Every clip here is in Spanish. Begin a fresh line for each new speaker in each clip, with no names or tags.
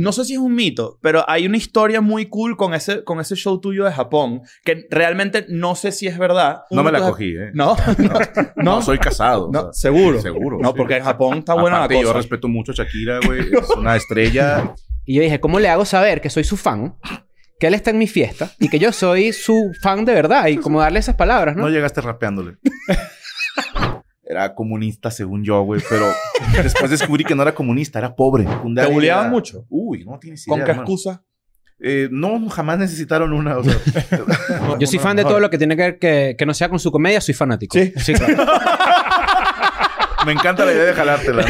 No sé si es un mito, pero hay una historia muy cool con ese, con ese show tuyo de Japón que realmente no sé si es verdad.
No me la
Entonces-
cogí, ¿eh?
No, no,
No,
no,
soy casado. o
no,
sea,
seguro.
seguro.
No,
sí.
porque en Japón está buena
Aparte,
la
Yo
cosa.
respeto mucho a Shakira, güey. Es una estrella.
Y yo dije, ¿cómo le hago saber que soy su fan? Que él está en mi fiesta y que yo soy su fan de verdad. Y como darle esas palabras, ¿no?
No llegaste rapeándole. Era comunista, según yo, güey. Pero después descubrí que no era comunista, era pobre.
¿Te
Secundaria
buleaban
era-
mucho?
Uy, no tienes idea.
¿Con qué
hermano.
excusa?
Eh, no, jamás necesitaron una. O sea,
Yo soy fan de todo lo que tiene que ver que, que no sea con su comedia, soy fanático.
Sí.
claro.
me encanta la idea de jalártela.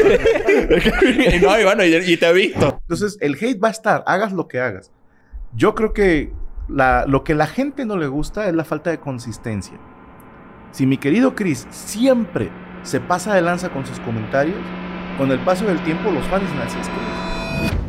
y no, y bueno, y, y te he visto.
Entonces, el hate va a estar, hagas lo que hagas. Yo creo que la- lo que la gente no le gusta es la falta de consistencia. Si mi querido Chris siempre se pasa de lanza con sus comentarios, con el paso del tiempo los fans dicen, "Así es Chris".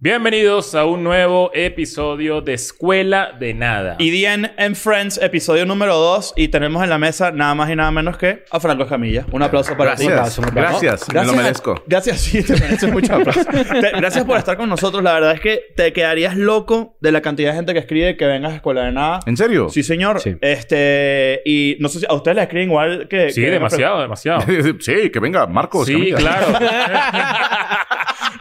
Bienvenidos a un nuevo episodio de Escuela de Nada.
Y DN and Friends, episodio número 2. Y tenemos en la mesa nada más y nada menos que a Franco Escamilla. Un aplauso para ti.
Gracias,
un aplauso.
gracias, me lo
Gracias a-
merezco.
Gracias, sí, te mereces mucho aplauso. Te- gracias por estar con nosotros. La verdad es que te quedarías loco de la cantidad de gente que escribe que vengas a Escuela de Nada.
¿En serio?
Sí, señor.
Sí.
Este, y no sé si a ustedes les escriben igual que.
sí,
que-
demasiado, demasiado.
sí, que venga Marcos.
sí,
Camila.
claro.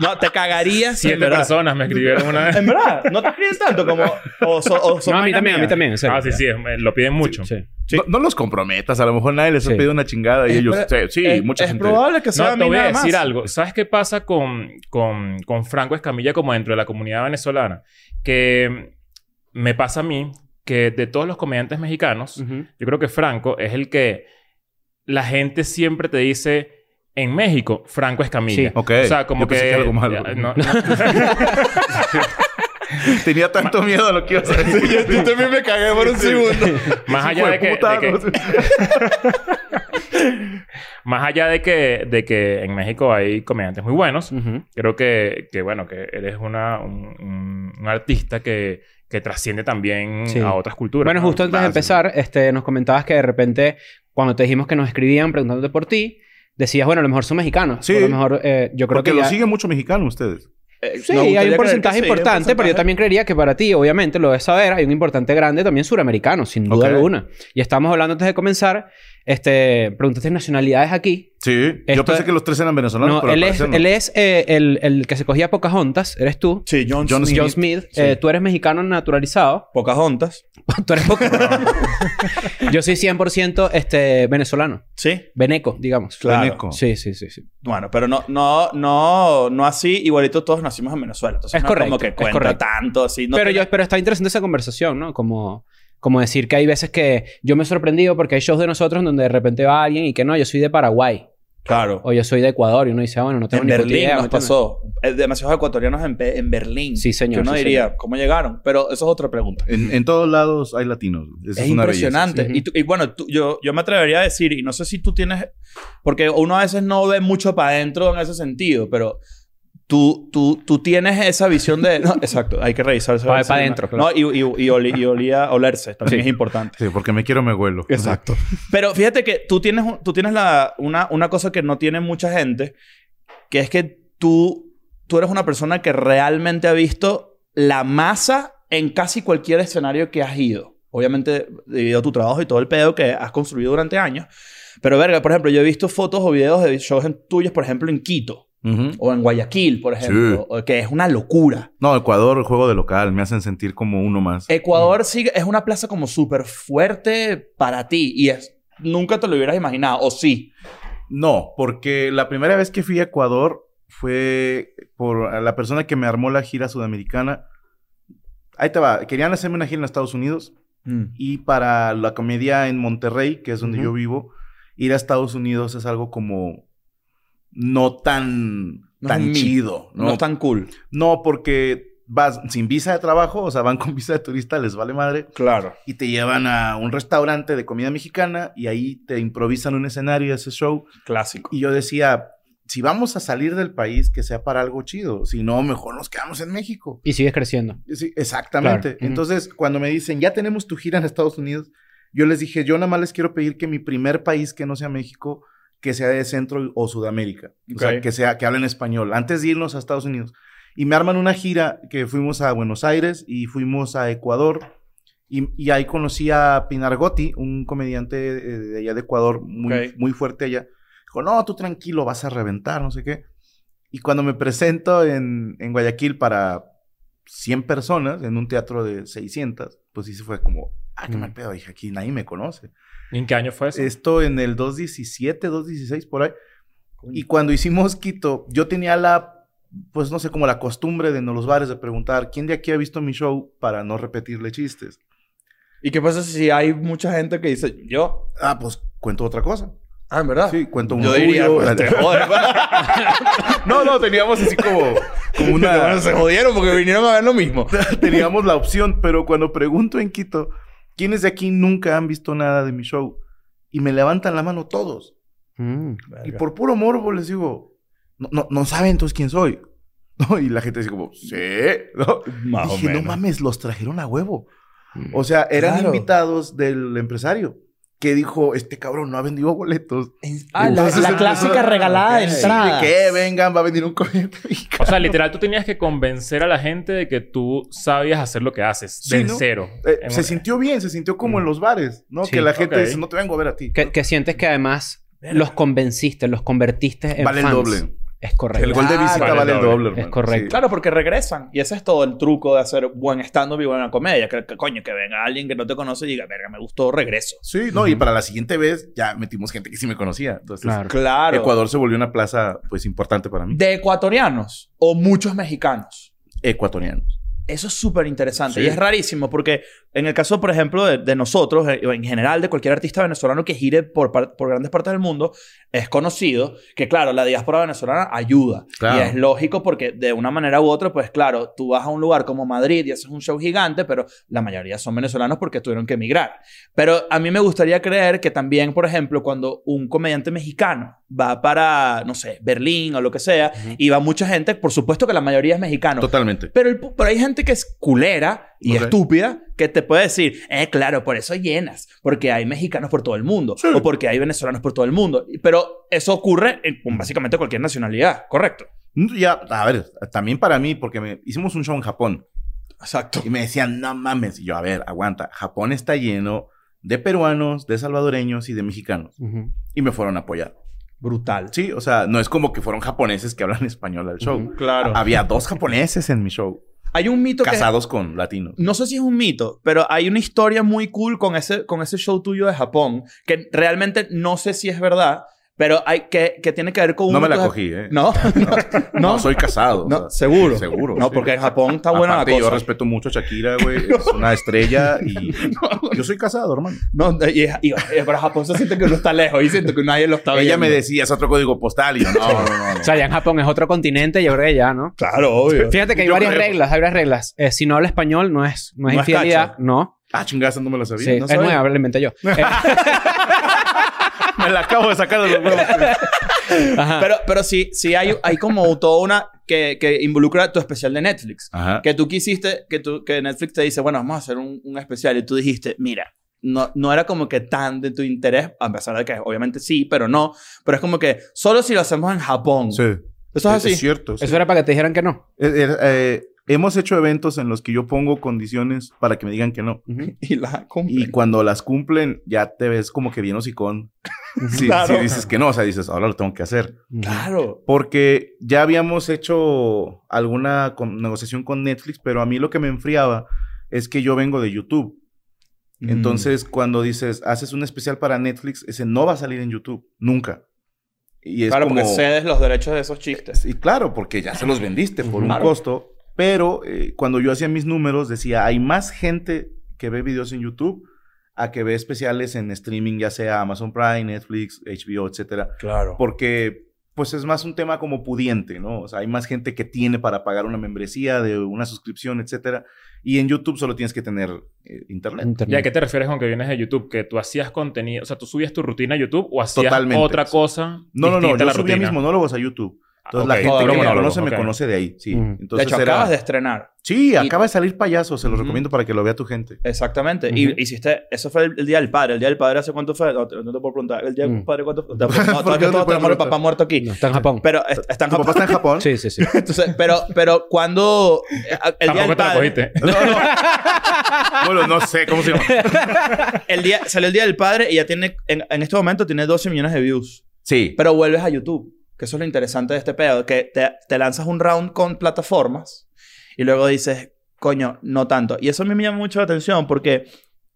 No, te cagarías. en
Siete
verdad.
personas me escribieron una vez.
En verdad, no te escriben tanto como. O so- o son
No, a mí
vainas
también, a mí
mías.
también. en serio.
Ah, sí, sí, me- lo piden mucho.
Sí.
No, no los comprometas, a lo mejor nadie les ha
Sí.
pedido una chingada y
Es
ellos, sí,
pro-
sí,
es,
mucha
es
gente.
probable que sea a
No,
mí
te voy a
nada más.
decir algo. ¿Sabes qué pasa con, con, con Franco Escamilla como dentro de la comunidad venezolana? Que me pasa a mí que de todos los comediantes mexicanos,
Ujú.
yo creo que Franco es el que la gente siempre te dice en México, Franco Escamilla.
Sí.
Ok,
O sea, como
yo pensé que algo malo.
Ya, no, no.
Tenía tanto miedo a lo que ibas a decir.
Yo también me cagué por un
Sí.
segundo.
más allá de que,
Hijueputa,
de que-
no sé.
más allá de que, de que en México hay comediantes muy buenos,
Ujú.
creo que, que bueno, que eres una, un, un- un artista que, que trasciende también
Sí.
a otras culturas.
Bueno,
¿no?
justo antes de
Vas.
empezar, este, nos comentabas que de repente, cuando te dijimos que nos escribían preguntándote por ti, decías, bueno, a lo mejor son mexicanos.
Sí.
O A lo mejor, eh, yo creo
Porque
que
lo
ya-
siguen mucho mexicano ustedes.
Eh, Sí, hay un porcentaje importante, pero yo también creería que para ti, obviamente, lo debes saber, hay un importante grande también suramericano, sin duda
Ok.
alguna. Y estamos hablando antes de comenzar, este, preguntaste nacionalidades aquí.
Sí.
Esto-
Yo pensé que los tres eran venezolanos,
No,
pero al
él es,
parecer no.
él es eh, el, el que se cogía Pocahontas, eres tú.
Sí, John,
John
Smith.
John Smith, eh, tú eres mexicano naturalizado.
Pocahontas.
tú eres Pocahontas. Yo soy 100% este, venezolano.
Sí.
Veneco, digamos.
Claro.
Veneco.
Sí, sí, sí. sí.
Bueno, pero no, no, no, no así. Igualito todos nacimos en Venezuela. Entonces
Es
no
correcto,
como que
es
cuenta
correcto.
tanto así. No
pero,
te-
yo, pero está interesante esa conversación, ¿no? Como, como decir que hay veces que yo me he sorprendido porque hay shows de nosotros en donde de repente va alguien y que no, yo soy de Paraguay
Claro.
o yo soy de Ecuador y uno dice, ah, bueno, no tengo
En
ni puta
Berlín
idea. ¿me
nos
entiendes?
pasó. Eh, Demasiados ecuatorianos en, Pe- en Berlín.
Sí, señor,
Que uno
sí,
diría,
señor.
¿cómo llegaron? Pero eso es otra pregunta.
En, en todos lados hay latinos. Esa
Es,
es una belleza,
impresionante.
sí.
sí.
y, tú- y bueno, tú- yo, yo me atrevería a decir, y no sé si tú tienes, porque uno a veces no ve mucho para adentro en ese sentido, pero tú, tú, tú tienes esa visión de... No, exacto, hay que revisar esa
Pa-
esa
pa'
imagen.
adentro, claro.
No, y, y, y, oli- y olía, olerse, también es importante.
Sí, porque me quiero, me huelo.
Exacto. Pero fíjate que tú tienes, un- tú tienes la, una, una cosa que no tiene mucha gente, que es que tú, tú eres una persona que realmente ha visto la masa en casi cualquier escenario que has ido. Obviamente, debido a tu trabajo y todo el pedo que has construido durante años. Pero, verga, por ejemplo, yo he visto fotos o videos de shows en- tuyos, por ejemplo, en Quito
Ujú.
o en Guayaquil, por
Sí.
ejemplo, o- que es una locura.
No, Ecuador, el juego de local, me hacen sentir como uno más.
Eh.
Ecuador sí es una plaza como súper fuerte para ti y es nunca te lo hubieras imaginado o sí.
No, porque la primera vez que fui a Ecuador fue por la persona que me armó la gira sudamericana. Ahí te va, querían hacerme una gira en Estados Unidos y para la comedia en Monterrey, que es donde
Ujú.
yo vivo, ir a Estados Unidos es algo como no tan,
No es un
tan
mí.
chido.
No, es tan cool.
No, porque vas sin visa de trabajo, o sea, van con visa de turista, les vale madre,
Claro.
y te llevan a un restaurante de comida mexicana y ahí te improvisan un escenario y haces show.
Clásico.
Y yo decía, si vamos a salir del país, que sea para algo chido, si no, mejor nos quedamos en México.
Y sigues creciendo.
Sí, exactamente.
Claro, ujú.
Entonces, cuando me dicen, ya tenemos tu gira en Estados Unidos, yo les dije, yo nada más les quiero pedir que mi primer país que no sea México, que sea de Centro o Sudamérica. O sea,
Ok.
que, sea, que hablen español. Antes de irnos a Estados Unidos. Y me arman una gira que fuimos a Buenos Aires y fuimos a Ecuador. Y, y ahí conocí a Pinar Gotti, un comediante eh, de allá de Ecuador, muy,
Ok.
muy fuerte allá. Dijo, no, tú tranquilo, vas a reventar, no sé qué. Y cuando me presento en, en Guayaquil para 100 personas, en un teatro de 600, pues sí se fue como, ah, qué
Mm.
mal pedo, dije, aquí nadie me conoce.
¿Y ¿En qué año fue eso?
Esto en el 217, 216, por ahí. Y cuando hicimos Quito, yo tenía la, pues no sé, como la costumbre de en los bares de preguntar, ¿quién de aquí ha visto mi show para no repetirle chistes?
¿Y qué pasa si hay mucha gente que dice, yo?
Ah, pues cuento otra cosa.
Ah, en verdad.
Sí, cuento un
Yo diría,
tuyo.
pues, te joder.
No, no, teníamos así como, como una...
Bueno, se jodieron porque vinieron a ver lo mismo.
teníamos la opción, pero cuando pregunto en Quito, ¿quiénes de aquí nunca han visto nada de mi show? Y me levantan la mano todos.
Mm.
Y por puro morbo les digo, no, no, no saben entonces quién soy. ¿No? Y la gente dice como, sí. ¿no?
Más o
Dije, no
menos.
mames, los trajeron a huevo.
Mm.
O sea, eran
Claro.
invitados del empresario que dijo, este cabrón no ha vendido boletos.
Ah, la,
Entonces,
la
empezó-
clásica regalada de
Ok.
entrada.
Que vengan, va a venir un comediante. mexicano".
O sea, literal, tú tenías que convencer a la gente de que tú sabías hacer lo que haces.
Sí,
del
¿no?
cero.
Eh,
En
se
un-
sintió bien, se sintió como
Mm.
en los bares, ¿no?
Sí,
que la gente
ok.
dice, no te vengo a ver a ti.
Que, que sientes que además los convenciste, los convertiste en
Vale el
fans.
doble.
Es correcto.
El gol de visita
Vale
vale, el doble, pues.
Es
hermano.
correcto.
Claro, porque regresan. Y ese es todo el truco de hacer buen stand-up y buena comedia. Que, que coño, que venga alguien que no te conoce y diga, verga, me gustó, regreso.
Sí, Sí, no, y para la siguiente vez ya metimos gente que sí me conocía. Entonces,
Claro.
Claro.
Ecuador se volvió una plaza, pues, importante para mí.
De ecuatorianos o muchos mexicanos.
Ecuatorianos.
Eso es súper interesante
Sí.
y es rarísimo porque en el caso, por ejemplo, de, de nosotros, eh, o en general de cualquier artista venezolano que gire por, par- por grandes partes del mundo, es conocido que, claro, la diáspora venezolana ayuda.
Claro.
Y es lógico porque de una manera u otra, pues claro, tú vas a un lugar como Madrid y haces un show gigante, pero la mayoría son venezolanos porque tuvieron que emigrar. Pero a mí me gustaría creer que también, por ejemplo, cuando un comediante mexicano va para, no sé, Berlín o lo que sea,
Ujú.
y va mucha gente, por supuesto que la mayoría es mexicano.
Totalmente.
Pero, el pu- pero hay gente que es culera y
Ok.
estúpida que te puede decir, eh, claro, por eso llenas, porque hay mexicanos por todo el mundo
Sí.
o porque hay venezolanos por todo el mundo. Pero eso ocurre en, con básicamente cualquier nacionalidad, ¿correcto?
Mm, Ya, a ver, también para mí, porque me, hicimos un show en Japón
Exacto.
y me decían, no mames. Y yo, a ver, aguanta. Japón está lleno de peruanos, de salvadoreños y de mexicanos.
Ujú.
Y me fueron a apoyar.
Brutal.
Sí, o sea, no es como que fueron japoneses que hablan español al show.
Ujú.
Claro.
Había dos japoneses en mi show,
Hay un mito que...
casados con latinos.
No sé si es un mito, pero hay una historia muy cool con ese, con ese show tuyo de Japón, que realmente no sé si es verdad, pero hay que, que tiene que ver con
No
uno
me
de
la
tus-
cogí, ¿eh?
No, no,
No,
no.
soy casado. o
No,
sea,
seguro.
Seguro.
No,
sí.
porque en Japón está buena
Aparte,
la
Yo
cosa.
respeto mucho a Shakira, güey. Es una estrella y. Yo soy casado, hermano.
No, y, y- y- pero Japón se siente que uno está lejos y siento que nadie lo está viendo.
Ella me decía, es otro código postal. Y yo, no, no, no. no.
O sea, ya en Japón es otro continente y ahora ya, ¿no?
Claro, obvio.
Fíjate que hay
Yo
varias
creo.
reglas, hay varias reglas. Eh, si no habla español, no es, no es
No es
infidelidad,
cacho.
no.
Ah, chingada, no me lo sabía.
Sí,
no
es
sabía.
nueva, la inventé yo. Eh,
Me la acabo de sacar de los huevos.
ajá.
Pero,
"Ah".
pero sí, sí hay, hay como toda una que, que involucra tu especial de Netflix.
Ajá.
Que tú quisiste, que, tú, que Netflix te dice, bueno, vamos a hacer un, un especial. Y tú dijiste, mira, no, no era como que tan de tu interés, a pesar de que obviamente sí, pero no. Pero es como que solo si lo hacemos en Japón.
Sí.
Eso es así.
Es cierto. sí.
Eso era para que te dijeran que no.
Eh, eh, eh, hemos hecho eventos en los que yo pongo condiciones para que me digan que no.
Ujú.
Y la
Y cuando las cumplen, ya te ves como que bien hocicón. Si,
Claro.
si dices que no, o sea, dices, ahora lo tengo que hacer.
Claro.
Porque ya habíamos hecho alguna con- negociación con Netflix, pero a mí lo que me enfriaba es que yo vengo de YouTube.
Mm.
Entonces, cuando dices, haces un especial para Netflix, ese no va a salir en YouTube, nunca. Y es
claro,
como...
porque cedes los derechos de esos chistes.
Y claro, porque ya se los vendiste por un
Claro.
costo. Pero eh, cuando yo hacía mis números, decía, hay más gente que ve videos en YouTube a que ve especiales en streaming, ya sea Amazon Prime, Netflix, HBO, etcétera.
Claro.
Porque, pues, es más un tema como pudiente, ¿no? O sea, hay más gente que tiene para pagar una membresía, de una suscripción, etcétera. Y en YouTube solo tienes que tener eh, internet.
Internet.
¿Y a qué te refieres con que vienes de YouTube? ¿Que tú hacías contenido? O sea, ¿tú subías tu rutina a YouTube o hacías
Totalmente.
otra cosa
No, no, no,
distinta a
yo
la
subía
rutina?
mis monólogos a YouTube. Entonces
ok. Oh,
la gente
Todo
que me
monólogo,
conoce me
ok.
conoce de ahí. Sí.
Ujú.
Entonces
de hecho,
era-
acabas de estrenar.
Sí,
y-
acaba de salir payaso. Se lo
Ujú.
recomiendo para que lo vea tu gente.
Exactamente.
Ujú.
Y hiciste... Eso fue el, el Día del Padre. ¿El Día del Padre hace cuánto fue? No, te- no te puedo preguntar. ¿El Día del
Mm.
Padre cuánto fue? No, todavía
te
todos
puedo
tenemos el
preguntar?
papá muerto aquí.
No, está en Japón.
Pero est- están...
¿Tu papá está en Japón?
Sí, sí, sí.
Entonces, pero, pero cuando... eh, El Día
Tampoco
del
te la
Padre...
cogiste.
No, no. bueno, no sé cómo se llama.
el día, salió el Día del Padre y ya tiene, en, en este momento tiene 12 millones de views.
Sí.
Pero vuelves a YouTube, que eso es lo interesante de este pedo, que te, te lanzas un round con plataformas y luego dices, coño, no tanto. Y eso a mí me llama mucho la atención porque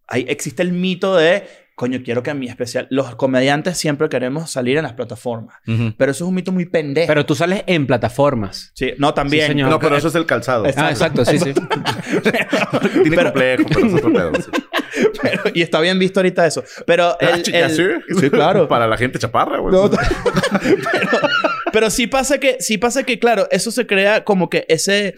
ahí existe el mito de, coño, quiero que mi especial, los comediantes siempre queremos salir en las plataformas.
Ujú.
Pero eso es un mito muy pendejo.
Pero tú sales en plataformas.
sí, no, también.
Sí, señor.
No, pero eso es el calzado.
Es-
Ah, exacto, sí, sí.
Tiene
pero-
complejo, pero es otro pedo. sí.
Pero- y está bien visto ahorita eso. Pero
Ah,
el-
chica,
el-
¿sí?
sí, claro.
Para la gente chaparra, güey.
pues, No, Pero sí pasa que, sí pasa que, claro, eso se crea como que ese,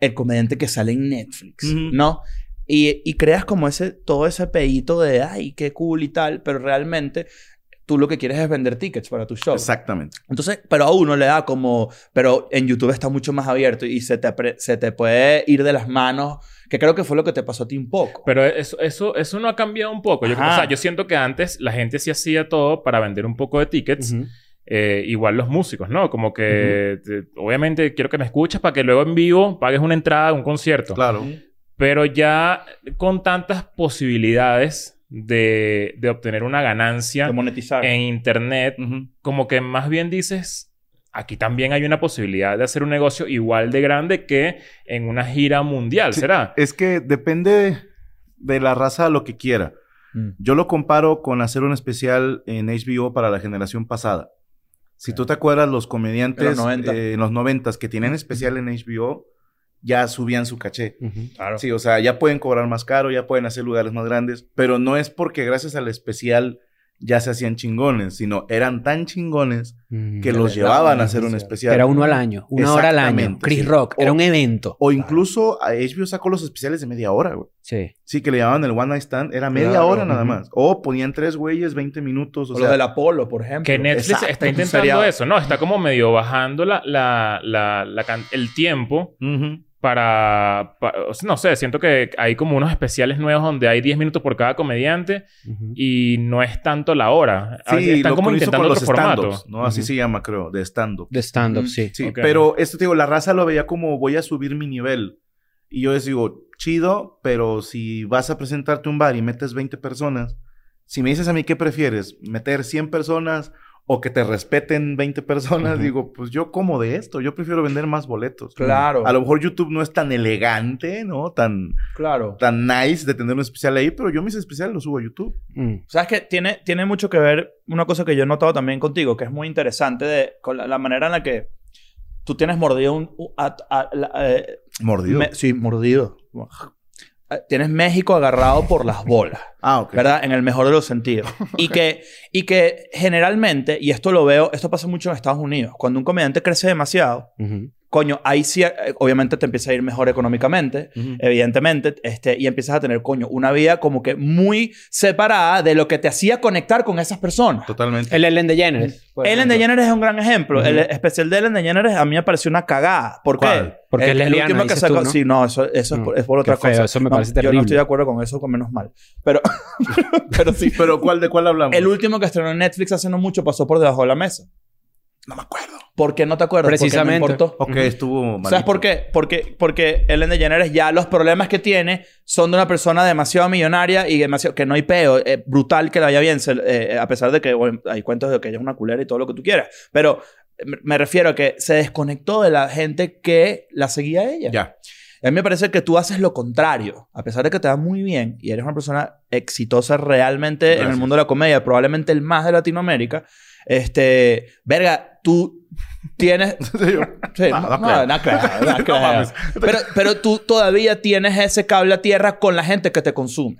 el comediante que sale en Netflix,
Ujú.
¿no? Y, y creas como ese, todo ese pedito de, ay, qué cool y tal, pero realmente tú lo que quieres es vender tickets para tu show.
Exactamente.
Entonces, pero a uno le da como, pero en YouTube está mucho más abierto y se te, pre- se te puede ir de las manos, que creo que fue lo que te pasó a ti un poco.
Pero eso, eso, eso no ha cambiado un poco. Yo, creo- o
Ajá.
sea, yo siento que antes la gente sí hacía todo para vender un poco de tickets.
Ujú.
Eh, igual los músicos, ¿no? Como que te- obviamente quiero que me escuches para que luego en vivo pagues una entrada a un concierto.
Claro.
Pero ya con tantas posibilidades de, de obtener una ganancia
de monetizar.
en internet,
Ujú.
como que más bien dices, aquí también hay una posibilidad de hacer un negocio igual de grande que en una gira mundial,
Sí.
¿será?
Es que depende de la raza lo que quiera.
Mm.
Yo lo comparo con hacer un especial en HBO para la generación pasada. Si tú te acuerdas, los comediantes
En los 90.
eh, en los noventas que tienen especial en HBO ya subían su caché.
Ujú.
Claro.
Sí, o sea, ya pueden cobrar más caro, ya pueden hacer lugares más grandes, pero no es porque gracias al especial ya se hacían chingones, sino eran tan chingones
Mm.
que
verdad,
los llevaban a
es
hacer un
cierto.
especial.
Era uno al año, una hora al año.
Exactamente,
Chris
sí.
Rock, era un evento.
O incluso a HBO sacó los especiales de media hora, güey.
Sí.
Sí, que le llamaban el One Night Stand, era media
Claro,
hora nada
ujú.
más. O ponían tres güeyes, 20 minutos. O
O, lo
sea,
del Apolo, por ejemplo.
Que Netflix
exacto,
está
un
intentando
seriado.
eso, ¿no? Está como medio bajando la, la, la, la can- el tiempo
ujú.
para, pa- o sea, No sé, siento que hay como unos especiales nuevos donde hay 10 minutos por cada comediante
Ujú.
y no es tanto la hora. A veces
Sí,
Ah, están
lo
como
que hizo
intentando
con los
otro formato.
stand-ups, ¿no? Así
Ujú.
se llama, creo, de stand-up.
De stand-up,
Ujú.
sí.
Sí,
Ok.
pero esto, te digo, la raza lo veía como voy a subir mi nivel. Y yo les digo, chido, pero si vas a presentarte un bar y metes 20 personas, si me dices a mí qué prefieres, meter 100 personas o que te respeten 20 personas,
Ujú.
digo, pues yo como de esto, yo prefiero vender más boletos.
Claro,
A lo mejor YouTube no es tan elegante, ¿no? Tan,
claro.
tan nice de tener un especial ahí, pero yo mis especiales los subo a YouTube.
Mm.
¿Sabes que Tiene, tiene mucho que ver una cosa que yo he notado también contigo, que es muy interesante, de, con la, la manera en la que tú tienes mordido un... u- a- a- la- eh,
Mordido.
me- sí, mordido. Eh, Tienes México agarrado por las bolas,
Ah, ok.
¿verdad? En el mejor de los sentidos. Y que, y que generalmente, y esto lo veo, esto pasa mucho en Estados Unidos, cuando un comediante crece demasiado,
Ujú.
coño, ahí sí, eh, obviamente te empieza a ir mejor económicamente,
Ujú.
evidentemente, este, y empiezas a tener, coño, una vida como que muy separada de lo que te hacía conectar con esas personas.
Totalmente.
El Ellen DeGeneres. Pues, por
Ellen
ejemplo.
DeGeneres es un gran ejemplo.
Ujú.
El especial de Ellen DeGeneres a mí me pareció una cagada. ¿Por qué?
¿Cuál?
Porque
el,
es
el
lesbiana,
último que
dices tú,
sacó.
¿no?
Sí, no, eso, eso es,
No,
por, es por
qué
otra
feo,
cosa.
eso me
No,
parece
Yo
terrible.
no estoy de acuerdo con eso, con menos mal. Pero, pero sí.
Pero ¿cuál de cuál hablamos?
El último que estrenó en Netflix hace no mucho pasó por debajo de la mesa.
No me acuerdo.
¿Por qué no te acuerdas? ¿Por qué no
Precisamente.
importó?
Ok,
Ujú.
estuvo mal.
¿Sabes por qué? Porque, porque Ellen DeGeneres ya los problemas que tiene son de una persona demasiado millonaria y demasiado... Que no hay peo. eh, brutal que la vaya bien. se- eh, eh, a pesar de que bueno, hay cuentos de que ella es una culera y todo lo que tú quieras. Pero eh, me- me refiero a que se desconectó de la gente que la seguía a ella.
Ya.
Y A mí me parece que tú haces lo contrario. A pesar de que te va muy bien y eres una persona exitosa realmente en el
Gracias.
mundo de la comedia, probablemente el más de Latinoamérica, este... Verga, tú tienes... Sí,
Ah,
no,
da
no,
creo.
no creo, no
No
creo.
mames.
pero, pero tú todavía tienes ese cable a tierra con la gente que te consume.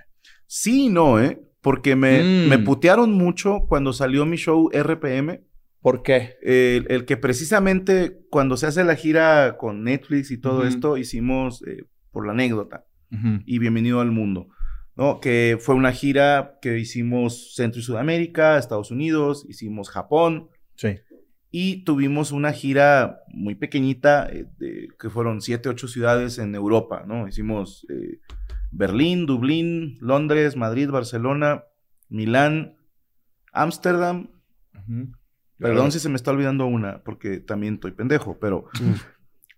Sí, y no, ¿eh? Porque me,
Mm.
me putearon mucho cuando salió mi show RPM.
¿Por qué?
El, el que precisamente cuando se hace la gira con Netflix y todo
Ujú.
esto, hicimos eh, por la anécdota y Bienvenido al Mundo. ¿no? Que fue una gira que hicimos Centro y Sudamérica, Estados Unidos, hicimos Japón.
Sí.
Y tuvimos una gira muy pequeñita, eh, de- que fueron siete, ocho ciudades en Europa, ¿no? Hicimos eh, Berlín, Dublín, Londres, Madrid, Barcelona, Milán, Ámsterdam, Perdón si se me está olvidando una, porque también estoy pendejo, pero
Mm.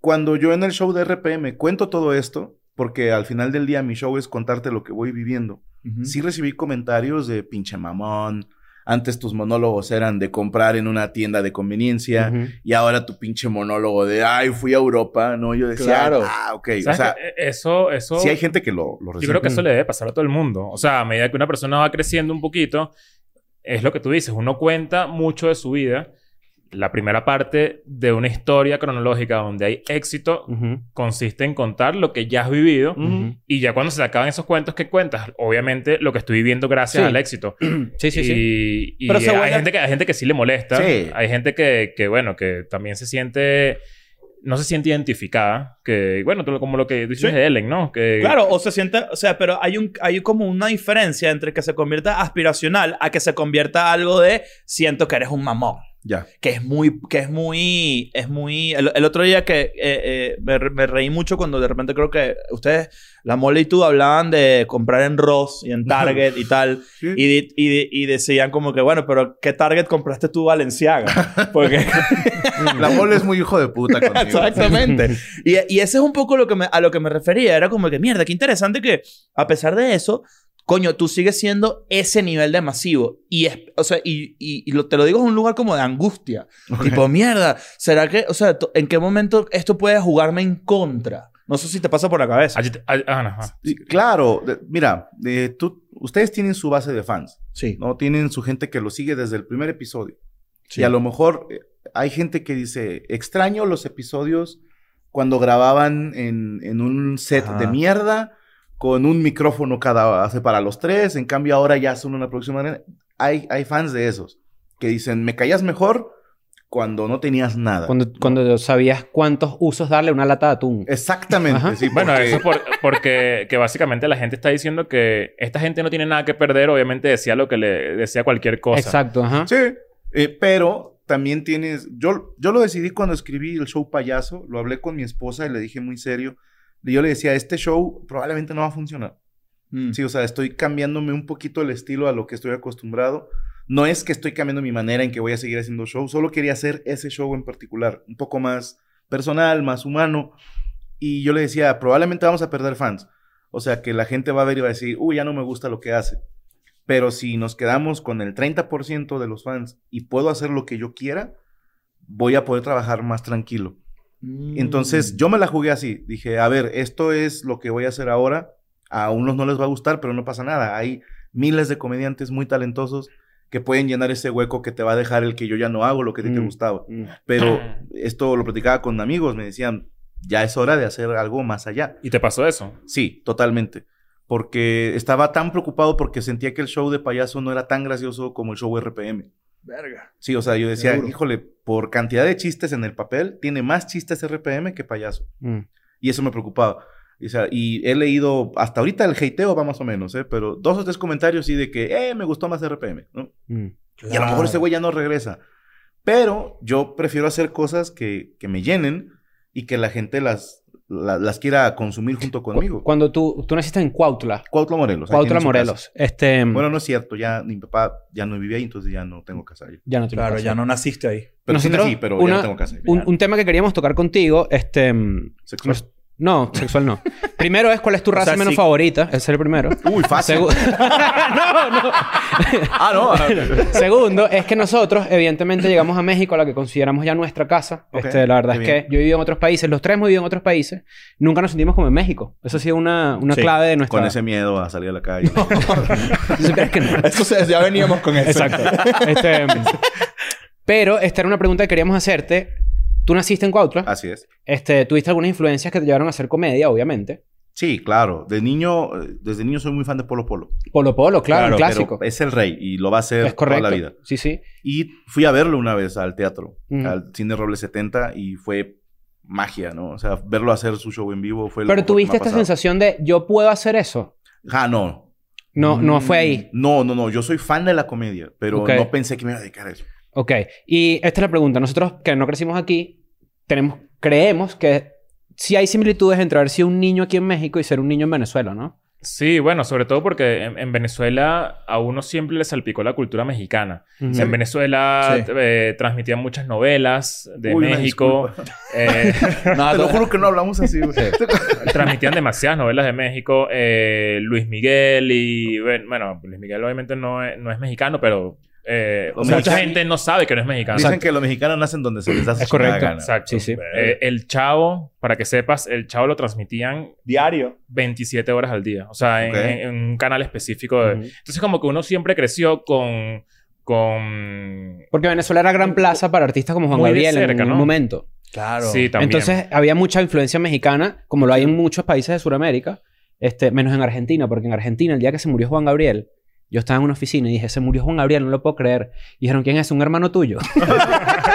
cuando yo en el show de RPM cuento todo esto, porque al final del día mi show es contarte lo que voy viviendo, sí recibí comentarios de pinche mamón, antes tus monólogos eran de comprar en una tienda de conveniencia
Ujú.
y ahora tu pinche monólogo de, ay, fui a Europa, ¿no? Yo decía,
Claro.
ah, ok, o
¿Sabes
sea,
qué? Eh, eso, eso.
sí hay gente que lo, lo
Yo
recibe.
creo que eso le debe pasar a todo el mundo. O sea, a medida que una persona va creciendo un poquito, es lo que tú dices, uno cuenta mucho de su vida. La primera parte de una historia cronológica donde hay éxito
Ujú.
consiste en contar lo que ya has vivido.
Ujú.
Y ya cuando se te acaban esos cuentos, ¿qué cuentas? Obviamente lo que estoy viviendo gracias
Sí.
al éxito.
Sí, sí, sí.
Y, y
Pero se
hay,
vuelve-
gente que, hay gente que sí le molesta.
Sí.
Hay gente que, que, bueno, que también se siente... No se siente identificada. Que, bueno, tú lo- como lo que dices
Sí.
de Ellen, ¿no? Que,
Claro, o se siente, o sea, pero hay un hay como una diferencia entre que se convierta aspiracional a que se convierta algo de siento que eres un mamón.
Ya.
que es muy, que es muy, es muy... El, el otro día que eh, eh, me, re- me reí mucho cuando de repente creo que ustedes, la mole y tú, hablaban de comprar en Ross y en Target y tal.
Sí.
Y, de- y, de- y decían como que, bueno, pero ¿qué Target compraste tú Valenciaga? Porque...
La mole es muy hijo de puta conmigo.
Exactamente. Y, y ese es un poco lo que me- a lo que me refería. Era como que, mierda, qué interesante que a pesar de eso, coño, tú sigues siendo ese nivel de masivo. Y, es, o sea, y, y- y lo- te lo digo es un lugar como de angustia. Tipo, mierda, ¿será que, o sea, to- en qué momento esto puede jugarme en contra? No sé si te pasa por la cabeza.
Ah, yo te- ah, ah, no, ajá.
Sí, Claro, de- mira, de- tú, ustedes tienen su base de fans.
Sí.
¿no? Tienen su gente que lo sigue desde el primer episodio.
Sí.
Y a lo mejor eh, hay gente que dice, extraño los episodios cuando grababan en, en un set
Ajá.
de mierda con un micrófono cada hace para los tres, en cambio ahora ya son una próxima manera. Hay, hay fans de esos que dicen, me callas mejor cuando no tenías nada.
Cuando, cuando sabías cuántos usos darle a una lata de atún.
Exactamente,
Ajá.
sí.
Bueno,
porque-
eso es por- porque que básicamente la gente está diciendo que esta gente no tiene nada que perder. Obviamente decía lo que le decía cualquier cosa.
Exacto, ajá.
Sí, eh, pero también tienes, yo, yo lo decidí cuando escribí el show payaso, lo hablé con mi esposa y le dije muy serio, y yo le decía, este show probablemente no va a funcionar.
Mm.
Sí, o sea, estoy cambiándome un poquito el estilo a lo que estoy acostumbrado. No es que estoy cambiando mi manera en que voy a seguir haciendo show, solo quería hacer ese show en particular, un poco más personal, más humano. Y yo le decía, probablemente vamos a perder fans. O sea, que la gente va a ver y va a decir, uy, ya no me gusta lo que hace. Pero si nos quedamos con el 30% de los fans y puedo hacer lo que yo quiera, voy a poder trabajar más tranquilo.
Mm.
Entonces yo me la jugué así. Dije, a ver, esto es lo que voy a hacer ahora. A unos no les va a gustar, pero no pasa nada. Hay miles de comediantes muy talentosos que pueden llenar ese hueco que te va a dejar el que yo ya no hago, lo que a ti te
Mm.
gustaba.
Mm.
Pero esto lo platicaba con amigos, me decían, ya es hora de hacer algo más allá.
¿Y te pasó eso?
Sí, totalmente. Porque estaba tan preocupado porque sentía que el show de payaso no era tan gracioso como el show RPM.
Verga.
Sí, o sea, yo decía,
Seguro.
híjole, por cantidad de chistes en el papel, tiene más chistes RPM que payaso.
Mm.
Y eso me preocupaba. Y, o sea, y he leído, hasta ahorita el hateo va más o menos, ¿eh? Pero dos o tres comentarios y de que, eh, me gustó más RPM, ¿no?
Mm.
Y a lo mejor ese güey ya no regresa. Pero yo prefiero hacer cosas que, que me llenen y que la gente las, la- las quiera consumir junto conmigo.
Cu- Cuando tú, tú naciste en Cuautla.
Cuautla Morelos. aquí
Cuautla
en su
Morelos. Este,
casa. Bueno, no es cierto, ya mi papá ya no vivía ahí, entonces ya no tengo casa ahí.
ya no te lo
Claro,
paso.
ya no naciste ahí.
Pero sí
Nosotros,
nací, pero ya
una-
no tengo casa ahí.
Un, un tema que queríamos tocar contigo, este... mm,
Sexual.
nos- No, sexual no. primero es cuál es tu raza
sea,
menos
sí.
favorita. Ese es el primero.
Uy, fácil.
Segu- no, no.
Ah, no. ah,
Segundo, es que nosotros, evidentemente, llegamos a México, a la que consideramos ya nuestra casa.
Ok,
Este, la verdad
qué
es que
bien.
yo he vivido en otros países, los tres hemos vivido en otros países. Nunca nos sentimos como en México. Eso ha sido una, una
Sí,
clave de nuestra...
Con ese miedo a salir a la calle.
Si supieras que no.
Eso se- ya veníamos con eso.
Exacto. Este, pero esta era una pregunta que queríamos hacerte. Tú naciste en Cuautla.
Así es.
Este, tuviste algunas influencias que te llevaron a hacer comedia, obviamente.
Sí, claro. De niño, eh, desde niño soy muy fan de Polo Polo.
Polo Polo, claro, un
Pero
clásico.
es el rey y lo va a ser
Es correcto.
toda la vida.
Sí, sí.
Y fui a verlo una vez al teatro,
Ujú.
al Cine Roble 70 y fue magia, ¿no? O sea, verlo hacer su show en vivo fue lo mejor
Pero
que me ha
tuviste esta
pasado.
sensación de yo puedo hacer eso.
Ah, no.
No, no fue ahí.
Mm. No, no, no. Yo soy fan de la comedia, pero
Ok.
no pensé que me iba a dedicar a eso.
Ok. Y esta es la pregunta. Nosotros que no crecimos aquí, tenemos, creemos que sí hay similitudes entre haber sido un niño aquí en México y ser un niño en Venezuela, ¿no?
Sí, bueno, sobre todo porque en, en Venezuela a uno siempre le salpicó la cultura mexicana. En Venezuela
Sí.
eh, transmitían muchas novelas de
Uy, una
México. Eh,
Ah,
No,
Te lo juro que no hablamos así, güey.
transmitían demasiadas novelas de México. eh, Luis Miguel y... ven- Bueno, Luis Miguel obviamente no es, no es mexicano, pero... eh,
Los
mucha
mexicanos-
gente no sabe que no es mexicano.
Dicen que los mexicanos nacen donde se les da su chingada
correcto.
gana.
Exacto.
Sí, sí.
Eh, el Chavo, para que sepas, el Chavo lo transmitían
Diario.
27 horas al día. O sea, en,
Ok.
en- en un canal específico. de-
Ujú.
Entonces, como que uno siempre creció con. con...
Porque Venezuela era gran plaza para artistas como Juan
Muy de
Gabriel en
cerca,
un
¿no?
momento.
Claro.
Sí, también.
Entonces había mucha influencia mexicana, como lo hay en muchos países de Sudamérica, este, menos en Argentina, porque en Argentina el día que se murió Juan Gabriel, yo estaba en una oficina y dije, se murió Juan Gabriel, no lo puedo creer. Y dijeron, ¿quién es? ¿Un hermano tuyo?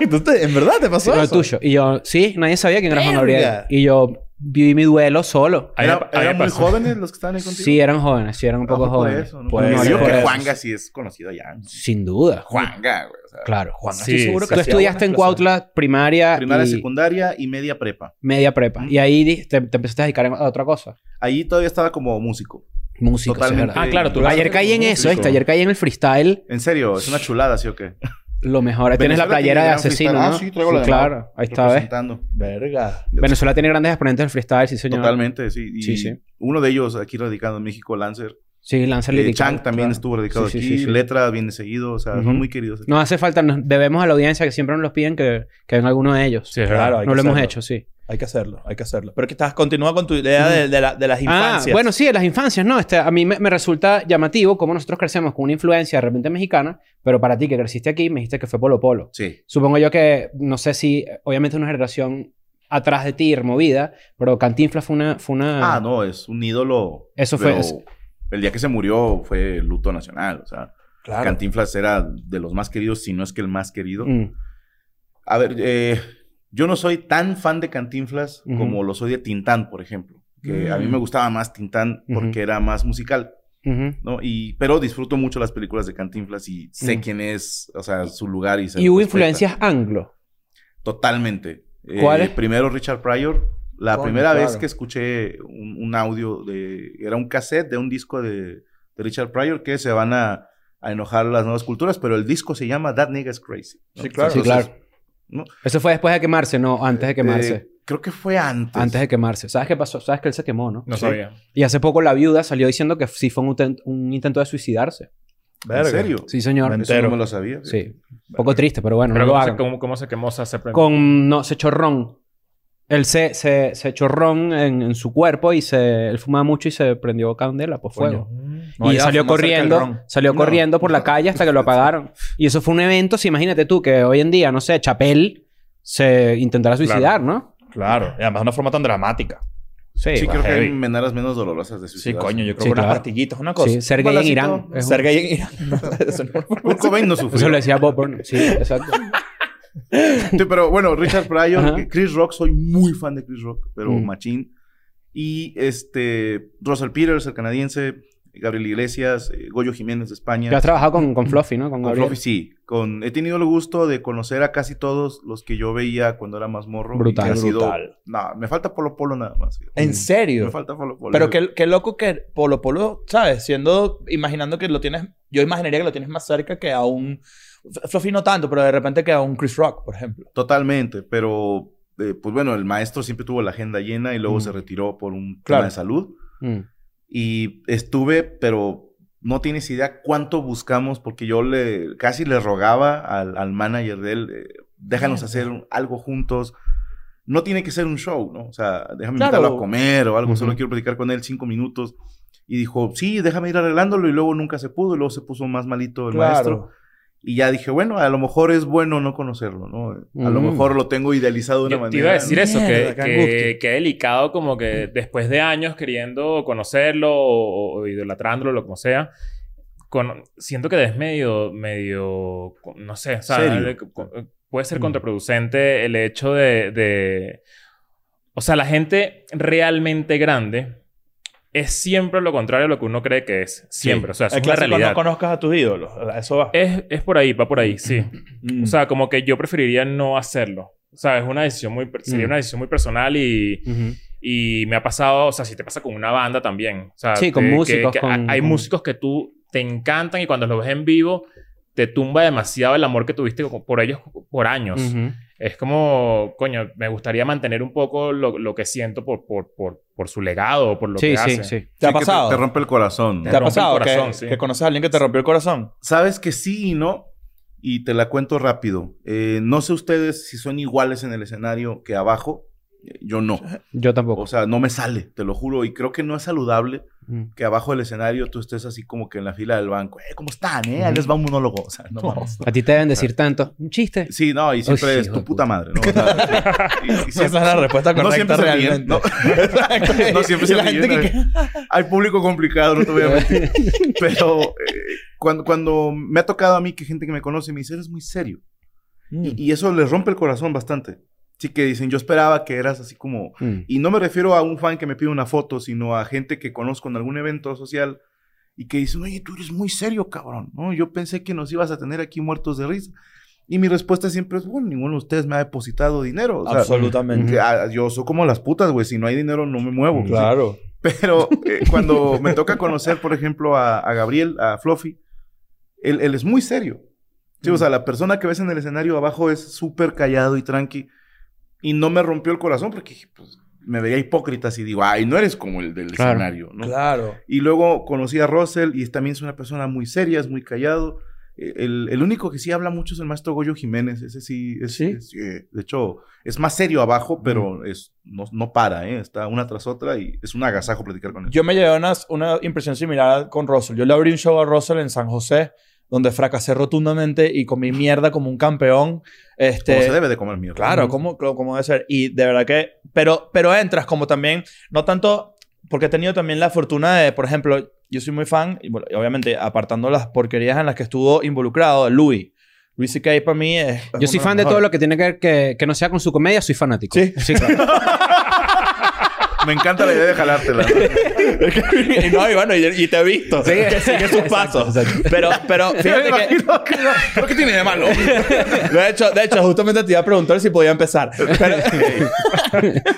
Entonces, ¿En verdad te pasó
hermano
eso?
tuyo. Y yo, sí, nadie sabía quién era Juan Gabriel.
Verga.
Y yo viví mi duelo solo.
Ahí
¿Era-
me- ahí
¿Eran
me
muy
pasó.
jóvenes los que estaban ahí contigo?
Sí, eran jóvenes, sí, eran un
Ah,
poco
fue por
jóvenes.
eso, ¿no?
Puede
Yo
ser.
digo
por
que
eso.
Juanga sí es conocido ya.
Sin duda.
Juanga, güey. o sea,
Claro, Juan.
Sí,
seguro
Tú estudiaste en Cuautla primaria,
Primaria,
y
secundaria y media prepa.
media prepa.
Ujú.
Y ahí di- te, te empezaste a dedicar a otra cosa.
Allí todavía estaba como músico.
Música,
Totalmente.
Ah, claro, tú-
Ayer caí en eso,
Músico.
¿viste? Ayer caí en el freestyle.
En serio, es una chulada, ¿sí o qué?
Lo mejor. Ahí Tienes
Venezuela
la
tiene
playera de
gran
asesino,
freestyle.
¿no?
Ah, sí, traigo la de
claro. Ahí está, ¿ves?
Representando.
Verga.
Venezuela tiene grandes exponentes del freestyle, sí, señor.
Totalmente, sí. Y
Sí, sí.
Uno de ellos aquí radicado en México, Lancer.
Sí, lanza
Eh,
el
Chang también estuvo radicado
Sí, sí,
aquí.
sí, sí.
Letra viene seguido. O sea,
Ujú.
son muy queridos.
No hace falta. Nos debemos a la audiencia que siempre nos los piden que, que ven alguno de ellos.
Sí, es
Claro,
verdad.
hay
no
que
lo hemos
hacerlo.
hecho, sí.
Hay que hacerlo, hay que hacerlo. Pero que estás, continúa con tu idea de, de la- de las infancias.
Ah, bueno, sí, de las infancias, ¿no? Este, a mí me, me resulta llamativo cómo nosotros crecemos con una influencia de repente mexicana, pero para ti que creciste aquí me dijiste que fue Polo Polo.
Sí.
Supongo yo que, no sé si, obviamente una generación atrás de ti, removida, pero Cantinflas fue una... Fue una
Ah, no, es un ídolo.
Eso fue-
pero
es-
El día que se murió fue luto nacional. O sea,
claro.
Cantinflas era de los más queridos, si no es que el más querido.
Mm.
A ver, eh, yo no soy tan fan de Cantinflas
Ujú.
como lo soy de Tintán, por ejemplo. Que a mí me gustaba más Tintán porque
Ujú.
era más musical,
Ujú.
¿no? Y, pero disfruto mucho las películas de Cantinflas y sé
Ujú.
quién es, o sea, su lugar y se
Y hubo
respeta.
influencias anglo.
Totalmente. Eh,
¿Cuáles?
Primero Richard Pryor. La
Coño,
primera vez
claro.
que escuché un, un audio de... Era un cassette de un disco de, de Richard Pryor que se van a, a enojar las nuevas culturas, pero el disco se llama That Nigga's Crazy. ¿no?
Sí, claro.
Sí,
Entonces,
claro.
¿no?
Eso fue después de quemarse, no, antes de quemarse.
eh, creo que fue antes.
antes de quemarse. ¿Sabes qué pasó? ¿Sabes que él se quemó, no?
No
Sí.
sabía.
Y hace poco la viuda salió diciendo que sí fue un, inten- un intento de suicidarse.
¿En
Verga.
serio?
Sí, señor.
Me
Eso
entero.
no me lo sabía.
Sí. Un poco triste, pero bueno,
Pero
no lo
¿cómo se,
hagan.
cómo, cómo se quemó? O sea, se prend-
Con, no, se chorrón. Él se, se, se chorrón en, en su cuerpo y se... Él fumaba mucho y se prendió candela por
Coño.
fuego.
No,
y
ya fumó cerca
salió
del
corriendo,
ron.
salió
No.
corriendo por la calle hasta que lo apagaron. Y eso fue un evento, si imagínate tú, que hoy en día, no sé, Chapel se intentará suicidar, ¿no?
Claro. Y además de una forma tan dramática.
Sí,
Sí,
va.
creo que hay
heavy.
maneras menos dolorosas de
Sí,
suicidarse.
coño. Yo creo
Sí,
que unas
claro.
pastillitas, una cosa.
Sí, ser gay en Irán.
Balacito.
Es un-
Ser gay en Irán. No, eso no es
Kurt Cobain no
Eso
sufrió.
lo decía Bob Burnham. Sí, exacto.
Sí, pero bueno, Richard Pryor,
Ajá.
Chris Rock, soy muy fan de Chris Rock, pero
Mm.
machín. Y este, Russell Peters, el canadiense, Gabriel Iglesias, eh, Goyo Jiménez de España.
Tú has trabajado con, con Fluffy, ¿no?
Con
Con, Gabriel.
Fluffy, sí. Con, he tenido el gusto de conocer a casi todos los que yo veía cuando era más morro.
Brutal.
Y ha sido-
Brutal.
No, me falta Polo Polo nada más. fíjate.
¿En serio?
Me falta Polo Polo.
Pero qué, qué loco que Polo Polo, ¿sabes? Siendo, imaginando que lo tienes, yo imaginaría que lo tienes más cerca que a un, F- Fluffy no tanto, pero de repente que a un Chris Rock, por ejemplo.
Totalmente, pero eh, pues bueno, el maestro siempre tuvo la agenda llena y luego
Mm.
se retiró por un
Claro.
tema de salud.
Mm.
Y estuve, pero no tienes idea cuánto buscamos porque yo le casi le rogaba al, al manager de él, eh, déjanos hacer un- algo juntos. No tiene que ser un show, ¿no? O sea, déjame
Claro.
invitarlo a comer o algo, solo
Ujú.
quiero platicar con él cinco minutos. Y dijo, sí, déjame ir arreglándolo. Y luego nunca se pudo. Y luego se puso más malito el maestro. Y ya dije, bueno, a lo mejor es bueno no conocerlo, ¿no? A lo
Mm.
mejor lo tengo idealizado de una
Yo
manera.
te iba a decir eso,
Mierda,
que,
qué
que,
angustia.
que delicado como que después de años queriendo conocerlo o, o idolatrándolo, lo como sea, con- siento que es medio, medio, no sé, o sea,
Serio.
de- co- puede
Mm.
ser contraproducente el hecho de, de- o sea, la gente realmente grande es siempre lo contrario a lo que uno cree que es. Siempre. O sea, eso
El
es una
clásico,
realidad.
no conozcas a tus ídolos. A Eso
Eh,
va.
Es, es por ahí, va por ahí, sí.
Mm.
O sea, como que yo preferiría no hacerlo. O sea, es una decisión muy... per- Sería
Mm.
una decisión muy personal y...
Ujú.
Y me ha pasado, o sea, si te pasa con una banda también. O sea,
Sí, con
que- que-
músicos,
que
con-
hay
con-
músicos que tú te encantan y cuando los ves en vivo te tumba demasiado el amor que tuviste co- por ellos por años.
Ujú.
Es como, coño, me gustaría mantener un poco lo, lo que siento por, por, por, por su legado, por lo
Sí,
que
sí,
hace.
sí.
¿Te ha
Sí, que
pasado?
Te, rompe el corazón. ¿no?
¿Te ha
rompe el
pasado
corazón,
que,
sí.
que conoces a alguien que te rompió el corazón?
Sabes que sí y no, y te la cuento rápido. Eh, no sé ustedes si son iguales en el escenario que abajo. Eh, Yo no.
Yo tampoco.
O sea, no me sale, te lo juro. Y creo que no es saludable
Mm.
que abajo del escenario tú estés así como que en la fila del banco. Eh, ¿Cómo están? Eh? Ahí les va un monólogo. O sea, no mames.
A ti te deben decir tanto. Un chiste.
Sí, no, y siempre
Uy,
es
hijo
tu
de
puta
puta.
madre, ¿no? O sea, y- y
Esa es
siempre-
la respuesta
No
correcta
siempre se
realmente.
ríen, no.
Exacto.
No siempre
Y
se
la gente
ríen,
que-
Hay público complicado, no te voy a mentir. Pero eh, cuando, cuando me ha tocado a mí que gente que me conoce me dice, eres muy serio.
Mm.
Y, y eso les rompe el corazón bastante. Sí que dicen, yo esperaba que eras así como...
Mm.
Y no me refiero a un fan que me pide una foto, sino a gente que conozco en algún evento social y que dicen, oye, tú eres muy serio, cabrón. ¿no? Yo pensé que nos ibas a tener aquí muertos de risa. Y mi respuesta siempre es, bueno, ninguno de ustedes me ha depositado dinero. O sea,
Mm. Absolutamente.
que, ah, yo soy como las putas, güey. Si no hay dinero, no me muevo. ¿sí?
Claro.
Pero eh, cuando me toca conocer, por ejemplo, a, a Gabriel, a Fluffy, él, él es muy serio. Sí, o sea, la persona que ves en el escenario abajo es súper callado y tranqui. Y no me rompió el corazón porque dije, pues, me veía hipócrita si digo, ay, no eres como el del
Claro.
escenario, ¿no?
Claro.
Y luego conocí a Russell y es- también es una persona muy seria, es muy callado. Eh, El, el único que sí habla mucho es el maestro Goyo Jiménez. Ese sí, es,
¿Sí?
es, eh, de hecho, es más serio abajo, pero es, no, no para, ¿eh? Está una tras otra y es un agasajo platicar con él.
Yo me llevé unas- una impresión similar con Russell. Yo le abrí un show a Russell en San José, donde fracasé rotundamente y comí mierda como un campeón. Este,
Como se debe de comer mierda.
Claro, como, como como debe ser. Y de verdad que... Pero, pero entras como también, no tanto... Porque he tenido también la fortuna de, por ejemplo, yo soy muy fan, y bueno, obviamente apartando las porquerías en las que estuvo involucrado, Louis. Louis C.K. para mí es... es
Yo soy
uno
fan de
los
todo
mejores.
lo que tiene que ver que, que no sea con su comedia, soy fanático.
Sí.
claro.
Me encanta la idea de jalártela. ¿no?
y no, y bueno, y, y te he visto. que sigue sus pasos. Pero, pero
Yo me
fíjate que...
imagino que... ¿Pero qué tiene de malo?
De hecho, de hecho, justamente te iba a preguntar si podía empezar. Pero,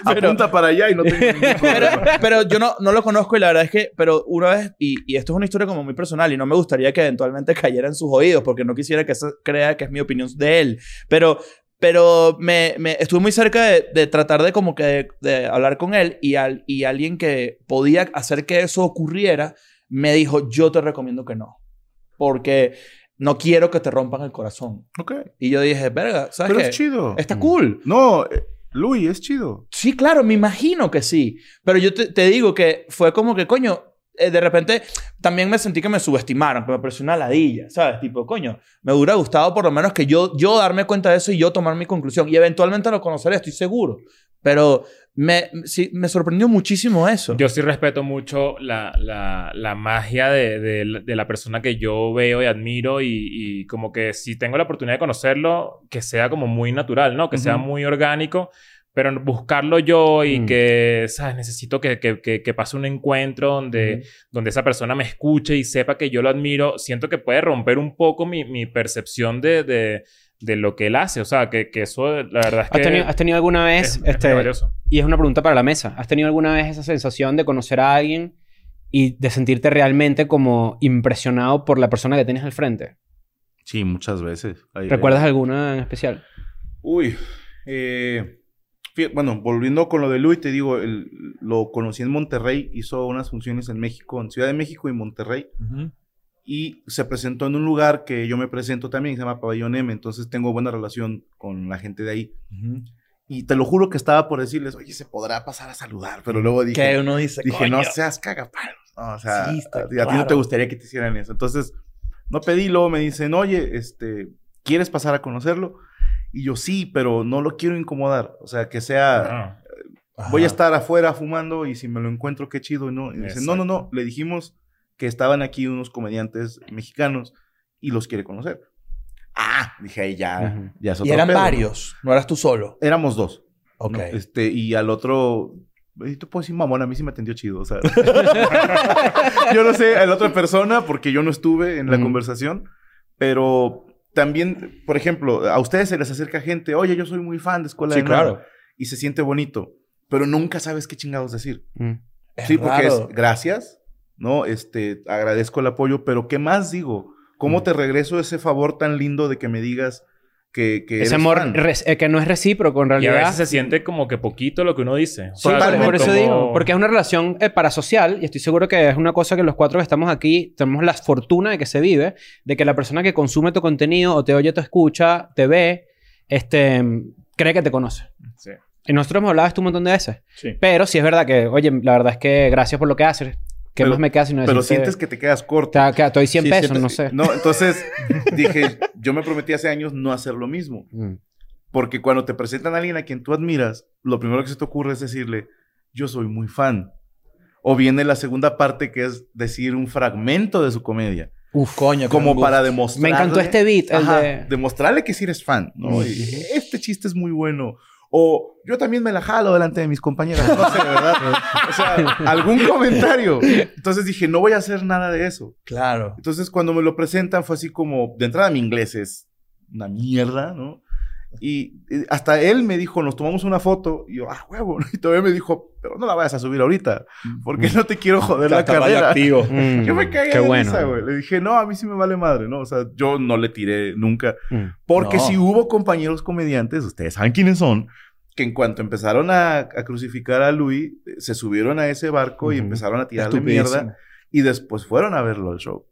Apunta para allá y no tengo ningún
pero,
problema.
pero yo no, no lo conozco y la verdad es que, pero una vez, y, y esto es una historia como muy personal y no me gustaría que eventualmente cayera en sus oídos porque no quisiera que se crea que es mi opinión de él. Pero, pero me, me estuve muy cerca de, de tratar de como que de, de hablar con él y, al, y alguien que podía hacer que eso ocurriera me dijo, yo te recomiendo que no. Porque no quiero que te rompan el corazón.
Ok,
Y yo dije, verga, ¿sabes
pero
qué? Este
es chido.
Está cool.
No, eh, Luis, es chido.
Sí, claro, me imagino que sí. Pero yo te, te digo que fue como que, coño, eh, de repente también me sentí que me subestimaron, que me pareció una ladilla, ¿sabes? Tipo, coño, me hubiera gustado por lo menos que yo, yo darme cuenta de eso y yo tomar mi conclusión. Y eventualmente lo conoceré, estoy seguro. Pero me, sí, me sorprendió muchísimo eso.
Yo sí respeto mucho la, la, la magia de, de- de la persona que yo veo y admiro y, y como que si tengo la oportunidad de conocerlo, que sea como muy natural, ¿no? Que sea
Ujú.
muy orgánico, pero buscarlo yo y
Mm.
que, ¿sabes? Necesito que, que, que- que pase un encuentro donde, donde esa persona me escuche y sepa que yo lo admiro. Siento que puede romper un poco mi, mi percepción de, de, de lo que él hace. O sea, que, que eso, la verdad es que...
¿Has, tenido, has tenido alguna vez,
es- es
este,
maravilloso.
y es una pregunta para la mesa, ¿has tenido alguna vez esa sensación de conocer a alguien y de sentirte realmente como impresionado por la persona que tienes al frente?
Sí, muchas veces. Ay,
¿Recuerdas alguna en especial?
Uy, eh, fí- bueno, volviendo con lo de Luis, te digo, el- lo conocí en Monterrey, hizo unas funciones en México, en Ciudad de México y Monterrey, y se presentó en un lugar que yo me presento también, que se llama Pabellón M, entonces tengo buena relación con la gente de ahí. Y te lo juro que estaba por decirles, oye, se podrá pasar a saludar, pero luego dije,
Que uno dice,
dije,
coño.
no seas cagapalos. No, o sea,
Sí,
a,
está
a ti no te
claro.
gustaría que te hicieran eso. Entonces, no pedí, luego me dicen, oye, este, ¿quieres pasar a conocerlo? Y yo sí, pero no lo quiero incomodar. O sea, que sea,
Ah.
voy a
Ajá.
estar afuera fumando y si me lo encuentro, qué chido. Y no, y dicen, no, no, no, le dijimos que estaban aquí unos comediantes mexicanos y los quiere conocer. Ah, dije, ahí ya,
Ujú.
ya es
Y
otro
eran
pedo, ¿no?
varios, no eras tú solo.
Éramos dos.
Ok.
¿no? Este, y al otro Y tú puedes decir, mamón, a mí sí me atendió chido. O sea, yo no sé a la otra persona porque yo no estuve en la
Ujú.
conversación, pero también, por ejemplo, a ustedes se les acerca gente, oye, yo soy muy fan de Escuela
Sí,
de Nada",
claro.
y se siente bonito, pero nunca sabes qué chingados decir.
Mm.
Es
Sí, porque
raro.
es gracias, ¿no? Este, agradezco el apoyo, pero ¿qué más digo? ¿Cómo te regreso ese favor tan lindo de que me digas que, que eres
Ese amor
fan?
res- eh, que no es recíproco en
Y a
realidad.
veces se siente como que poquito lo que uno dice. O
Sí,
sea,
por-
totalmente.
por eso
como-
digo, porque es una relación eh, parasocial y estoy seguro que es una cosa que los cuatro que estamos aquí tenemos la fortuna de que se vive, de que la persona que consume tu contenido o te oye, te escucha, te ve, este, cree que te conoce.
Sí.
Y nosotros hemos hablado esto un montón de veces.
Sí.
Pero sí es verdad que, oye, la verdad es que gracias por lo que haces. ¿Qué
Pero-
más me queda si no
Pero
decirte-
sientes que te quedas corto.
Te, te doy 100
Sí,
pesos,
sientes-
no sé.
No, entonces dije, yo me prometí hace años no hacer lo mismo.
Mm.
Porque cuando te presentan a alguien a quien tú admiras, lo primero que se te ocurre es decirle, yo soy muy fan. O viene la segunda parte que es decir un fragmento de su comedia.
Uf, coño.
Como para demostrar.
Me encantó este beat, el
Ajá,
de...
demostrarle que sí eres fan, ¿no?
Ujú.
Y, este chiste es muy bueno. O yo también me la jalo delante de mis compañeras. No sé, de verdad. O sea, algún comentario. Entonces dije, no voy a hacer nada de eso.
Claro.
Entonces cuando me lo presentan fue así como, de entrada mi inglés es una mierda, ¿no? Y eh, hasta él me dijo, nos tomamos una foto. Y yo, ah, huevo. Y todavía me dijo, pero no la vayas a subir ahorita. Porque no te quiero joder la
Está
carrera.
radioactivo.
Mm,
Yo me caí
qué
de
bueno.
risa, güey. Le dije, no, a mí sí me vale madre, ¿no? O sea, yo no le tiré nunca.
Mm.
Porque
No.
si hubo compañeros comediantes, ustedes saben quiénes son, que en cuanto empezaron a, a crucificar a Luis, eh, se subieron a ese barco y
Ujú.
empezaron a tirarle
Estupidísimo.
mierda. Y después fueron a verlo al show.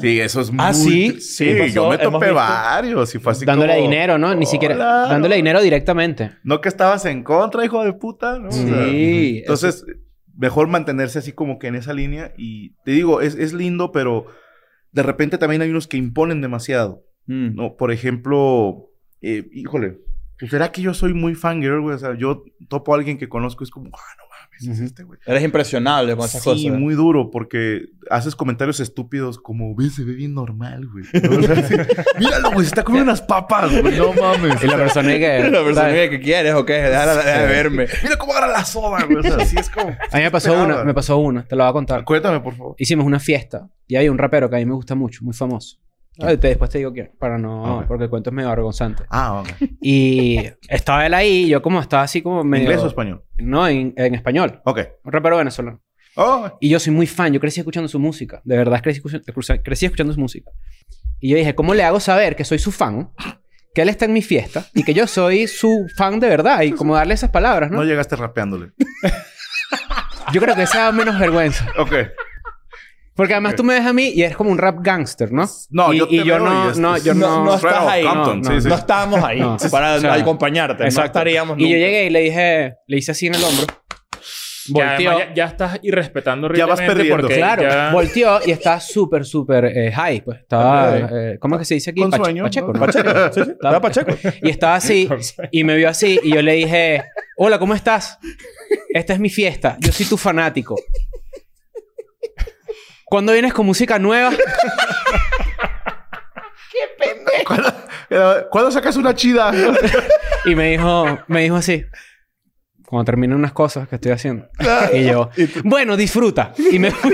Sí, eso es muy...
Ah, sí,
Sí,
sí, pasó,
yo me
hemos
topé
visto.
varios y fue así
Dándole
como,
dinero, ¿no? Ni siquiera...
"Hola, no".
Dándole dinero directamente.
No que estabas en contra, hijo de puta, ¿no? O sea,
Sí.
Entonces, mejor mantenerse así como que en esa línea. Y te digo, es, es lindo, pero de repente también hay unos que imponen demasiado.
Mm.
¿no? Por ejemplo, eh, híjole, pues, ¿será que yo soy muy fangirl, güey? O sea, yo topo a alguien que conozco y es como, ah, no mames, es
Ujú.
este, güey.
Eres impresionable con esas
Sí,
cosas.
muy duro, porque haces comentarios estúpidos como, ve, se ve bien normal, güey. ¿no? O sea, sí, Míralo, güey, se está comiendo unas papas, güey, no mames.
Y la persona es que...
La persona
¿sabes?
que quieres, ¿o qué? Deja deja de verme.
Mira cómo agarra la soda, güey. O sea, sí es como...
A mí me pasó
esperaba.
una, me pasó una, te lo voy a contar.
Cuéntame, por favor.
Hicimos una fiesta y hay un rapero que a mí me gusta mucho, muy famoso. Ay, te- después te digo quién, para no,
Ah. Ok.
porque el cuento es medio vergonzante.
Ah, ok.
Y estaba él ahí, y yo como estaba así como medio...
¿Inglés o español?
No, en, en español.
Ok.
Un rapero venezolano.
Oh,
Y yo soy muy fan, yo crecí escuchando su música. De verdad, crecí, escucha- escucha- crecí escuchando su música. Y yo dije, ¿cómo le hago saber que soy su fan? Que él está en mi fiesta y que yo soy su fan de verdad. Y como darle esas palabras,
no
¿no?
llegaste rapeándole.
Yo creo que esa da menos vergüenza.
Ok.
Porque además tú me ves a mí y eres como un rap gangster, ¿no?
No,
Y-
yo te
y yo
veo
no,
y es-
no, yo
No,
no,
no estás
Straight out
ahí,
Compton,
no,
sí,
no,
sí.
No estábamos ahí
No.
para
O sea,
acompañarte. No estaríamos
Y yo
nunca.
llegué y le dije, le hice así en el hombro.
Que
Volteó.
además ya, ya estás irrespetando
Ya vas
horriblemente
perdiendo.
porque
claro,
ya-
volteó y estaba súper, súper eh, high. Pues estaba, eh, ¿cómo es que se dice aquí?
Con
Pache-
sueño,
Pacheco,
¿no?
¿no?
Pacheco. Sí, sí. Estaba Pacheco.
Y estaba así y me vio así y yo le dije, hola, ¿cómo estás? Esta es mi fiesta, yo soy tu fanático. ¿Cuándo vienes con música nueva?
¿Cuándo, eh, ¿cuándo sacas una chida?
Y me dijo, me dijo así. Cuando termino unas cosas que estoy haciendo. Y yo, bueno, disfruta. Y me fui.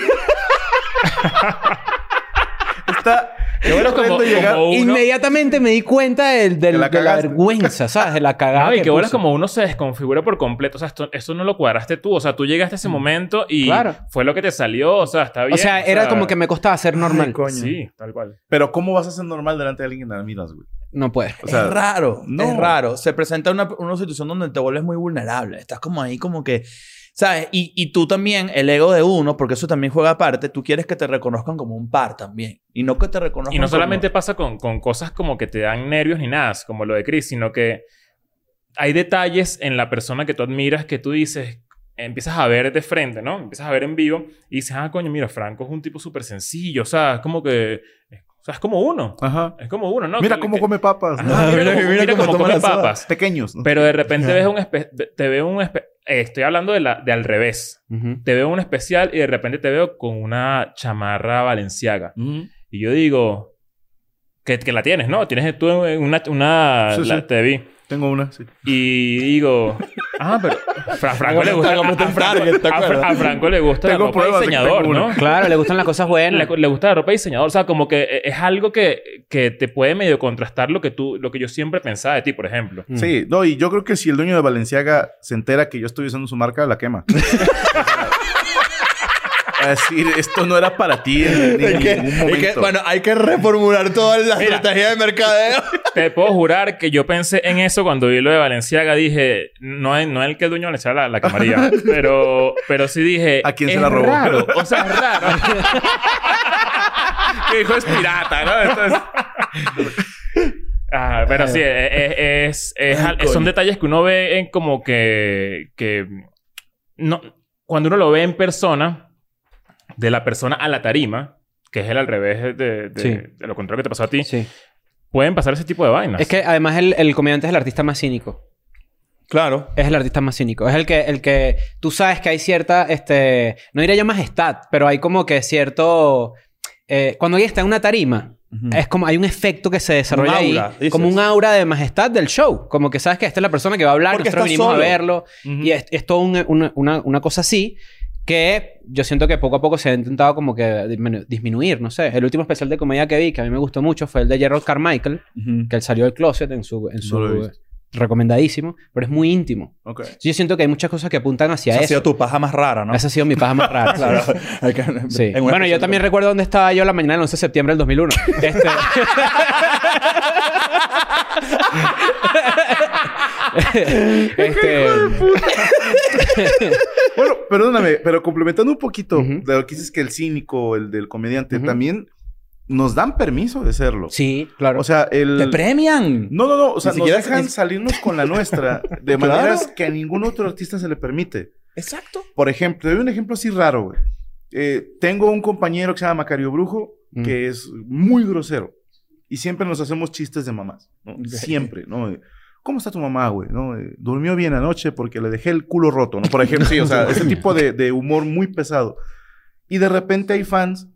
Está...
Qué bueno
horrendo
como, como
llegar-
uno-
Inmediatamente me di cuenta del,
Que la
del- de la
cagaste.
vergüenza, ¿sabes? De la cagada.
No, y
que
que bueno es
puse.
como uno se desconfigura por completo. O sea, esto, esto no lo cuadraste tú. O sea, tú llegaste a ese momento y
Mm. Claro.
fue lo que te salió. O sea, está bien.
O sea, era como que me costaba ser normal.
Ay, coño.
Sí, tal cual.
Pero ¿cómo vas a ser normal delante de alguien que admiras, güey?
No puede.
O sea,
es raro,
no.
es raro. Se presenta una, una situación donde te vuelves muy vulnerable. Estás como ahí, como que, ¿sabes? Y, y tú también, el ego de uno, porque eso también juega aparte, tú quieres que te reconozcan como un par también. Y no que te reconozcan
Y no
como-
solamente pasa con, con cosas como que te dan nervios ni nada, como lo de Chris, sino que hay detalles en la persona que tú admiras que tú dices, empiezas a ver de frente, ¿no? Empiezas a ver en vivo y dices, ah, coño, mira, Franco es un tipo súper sencillo. O sea, es como que. O sea, es como uno.
Ajá.
Es como uno, ¿no?
mira
Que-
cómo
que-
come papas. ¿no?
Ajá, mira,
Mira-
cómo,
mira
mira
cómo
cómo
toma
come
la soda.
papas.
Pequeños. ¿no?
Pero de repente ves un espe- te veo un espe- eh, estoy hablando de la de al revés.
Ujú.
Te veo un especial y de repente te veo con una chamarra valenciaga.
Ujú.
Y yo digo que, que la tienes, ¿no? Tienes tú en una, una
Sí,
la-
sí.
te vi.
Tengo una, sí.
Y digo, Ah, pero Fra- Franco le gusta.
Hagamos
a- a
un
Franco-
target, ¿te
a-
acuerdas?
A Franco le gusta
Tengo
la ropa
pruebas de que
diseñador,
tengo
¿no?
uno.
Claro, le gustan las cosas buenas.
Le, le gusta la ropa de diseñador. O sea, como que eh, es algo que, que te puede medio contrastar lo que tú, lo que yo siempre pensaba de ti, por ejemplo.
Mm.
Sí, no, y yo creo que si el dueño de Valenciaga se entera que yo estoy usando su marca, la quema. A decir, esto no era para ti en, en
Es que-
ningún
es
momento.
que, bueno, hay que reformular toda la
Mira.
estrategia de mercadeo.
Te puedo jurar que yo pensé en eso cuando vi lo de Valenciaga. Dije, no es, no es el que el dueño de Valenciaga la, la quemaría. Pero, pero sí dije.
¿A quién se
es
la robó?
raro. O sea, es raro.
que hijo es pirata, ¿no? Entonces,
Ah, pero sí, eh, eh, es, es-
Ay,
es- son
coño.
detalles que uno ve en como que, que no, cuando uno lo ve en persona, de la persona a la tarima, que es el al revés de, de-
Sí.
de lo contrario que te pasó a ti,
Sí.
pueden pasar ese tipo de vainas.
Es que además el, el comediante es el artista más cínico.
Claro.
Es el artista más cínico. Es el que, el que tú sabes que hay cierta, este, no diría yo majestad, pero hay como que cierto... eh, cuando alguien está en una tarima, es como hay un efecto que se desarrolla ahí,
aura, dices.
como un aura de majestad del show. Como que sabes que esta es la persona que va a hablar,
Porque
nosotros
está
vinimos
solo.
a verlo. Y es, es todo un- una, una- una cosa así que yo siento que poco a poco se ha intentado como que disminu- disminuir, no sé. El último especial de comedia que vi, que a mí me gustó mucho, fue el de Gerald Carmichael, que él salió del closet en su... En su
No lo he visto.
recomendadísimo, pero es muy íntimo.
Ok.
Yo siento que hay muchas cosas que apuntan hacia
Esa ha
eso.
sido tu paja más rara, ¿no?
Esa ha sido mi paja más rara. sí.
Claro. Hay que- en
Sí.
una
Bueno, yo
especial-
también recuerdo dónde estaba yo la mañana del 11 de septiembre del 2001. Este... este...
Bueno, perdóname, pero complementando un poquito
Ujú.
de lo que dices que el cínico, el del comediante,
Ujú.
también nos dan permiso de serlo.
Sí, claro.
O sea, el...
¡Te premian!
No, no, no. O sea,
Ni
nos
siquiera
dejan
es-
salirnos con la nuestra de
Claro.
maneras que a ningún otro artista se le permite.
Exacto.
Por ejemplo, te doy un ejemplo así raro, güey. Eh, tengo un compañero que se llama Macario Brujo,
Mm.
que es muy grosero. Y siempre nos hacemos chistes de mamás, ¿no?
Ok.
Siempre, ¿no? Eh, ¿Cómo está tu mamá, güey? ¿No? Eh, ¿Durmió bien anoche porque le dejé el culo roto, ¿no? Por ejemplo, sí, o sea, ese tipo de, de humor muy pesado. Y de repente hay fans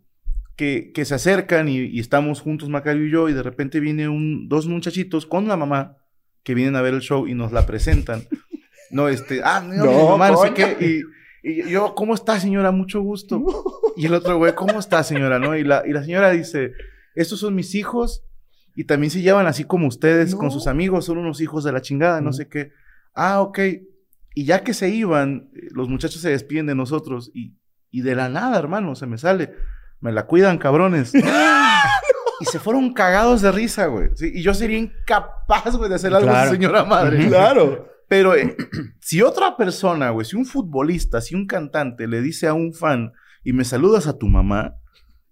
que, que se acercan y, y estamos juntos, Macario y yo, y de repente viene un, dos muchachitos con la mamá que vienen a ver el show y nos la presentan. No, este, ah, no, mi
No,
mamá, no sé
coño.
qué. Y, y yo, ¿cómo está, señora? Mucho gusto. Y el otro güey, ¿cómo está, señora? ¿No? Y, la, y la señora dice, estos son mis hijos y también se llevan así como ustedes
No. Mm.
con sus amigos, son unos hijos de la chingada, no
Ujú.
sé qué. Ah, ok. Y ya que se iban, eh, los muchachos se despiden de nosotros y, y de la nada, hermano, se me sale. Me la cuidan, cabrones. Y se fueron cagados de risa, güey. Sí, Y yo sería incapaz, güey, de hacer algo a
Claro.
esa señora madre.
Ujú.
Claro.
Pero eh, si otra persona, güey, si un futbolista, si un cantante le dice a un fan y me saludas a tu mamá,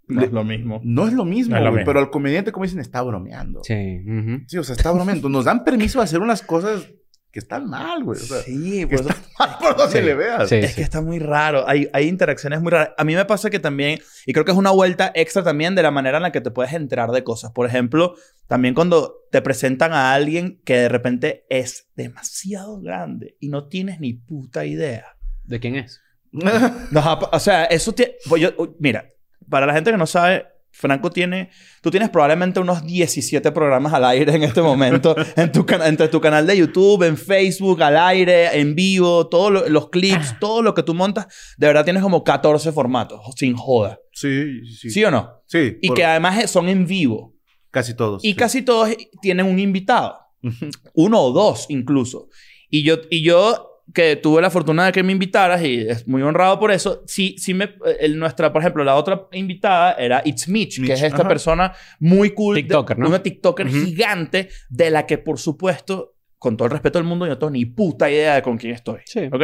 No
le-
es lo mismo.
no es lo mismo,
No es lo
güey,
mismo.
Pero al comediante, como dicen, está bromeando. Sí.
Sí. ujú.
o sea, está bromeando. Nos dan permiso de hacer unas cosas que están mal, güey. O sea,
Sí,
que
por eso-
están mal por donde
Sí.
le veas.
Sí,
Ah, Es
sí.
que está muy raro. Hay, hay interacciones muy raras. A mí me pasa que también, y creo que es una vuelta extra también de la manera en la que te puedes enterar de cosas. Por ejemplo, también cuando te presentan a alguien que de repente es demasiado grande y no tienes ni puta idea.
¿De quién es?
Nos ha pa- o sea, eso tiene... pues yo- uy, mira, para la gente que no sabe, Franco tiene... Tú tienes probablemente unos 17 programas al aire en este momento. en tu cana- entre tu canal de YouTube, en Facebook, al aire, en vivo, todos lo- los clips, todo lo que tú montas. De verdad tienes como 14 formatos, sin joda.
sí, sí.
¿Sí,
Sí,
o no?
sí
Y
por-
que además eh, son en vivo.
casi todos.
Y
sí.
casi todos tienen un invitado.
Ujú.
Uno o dos incluso. Y yo, y yo que tuve la fortuna de que me invitaras y es muy honrado por eso, sí, sí me... el- nuestra, por ejemplo, la otra invitada era It's Mitch,
Mitch,
que es esta
ajá.
persona muy cool. de-
TikToker, ¿no?
Una TikToker
Ujú.
gigante de la que, por supuesto, con todo el respeto del mundo, yo no tengo ni puta idea de con quién estoy.
Sí.
¿Ok?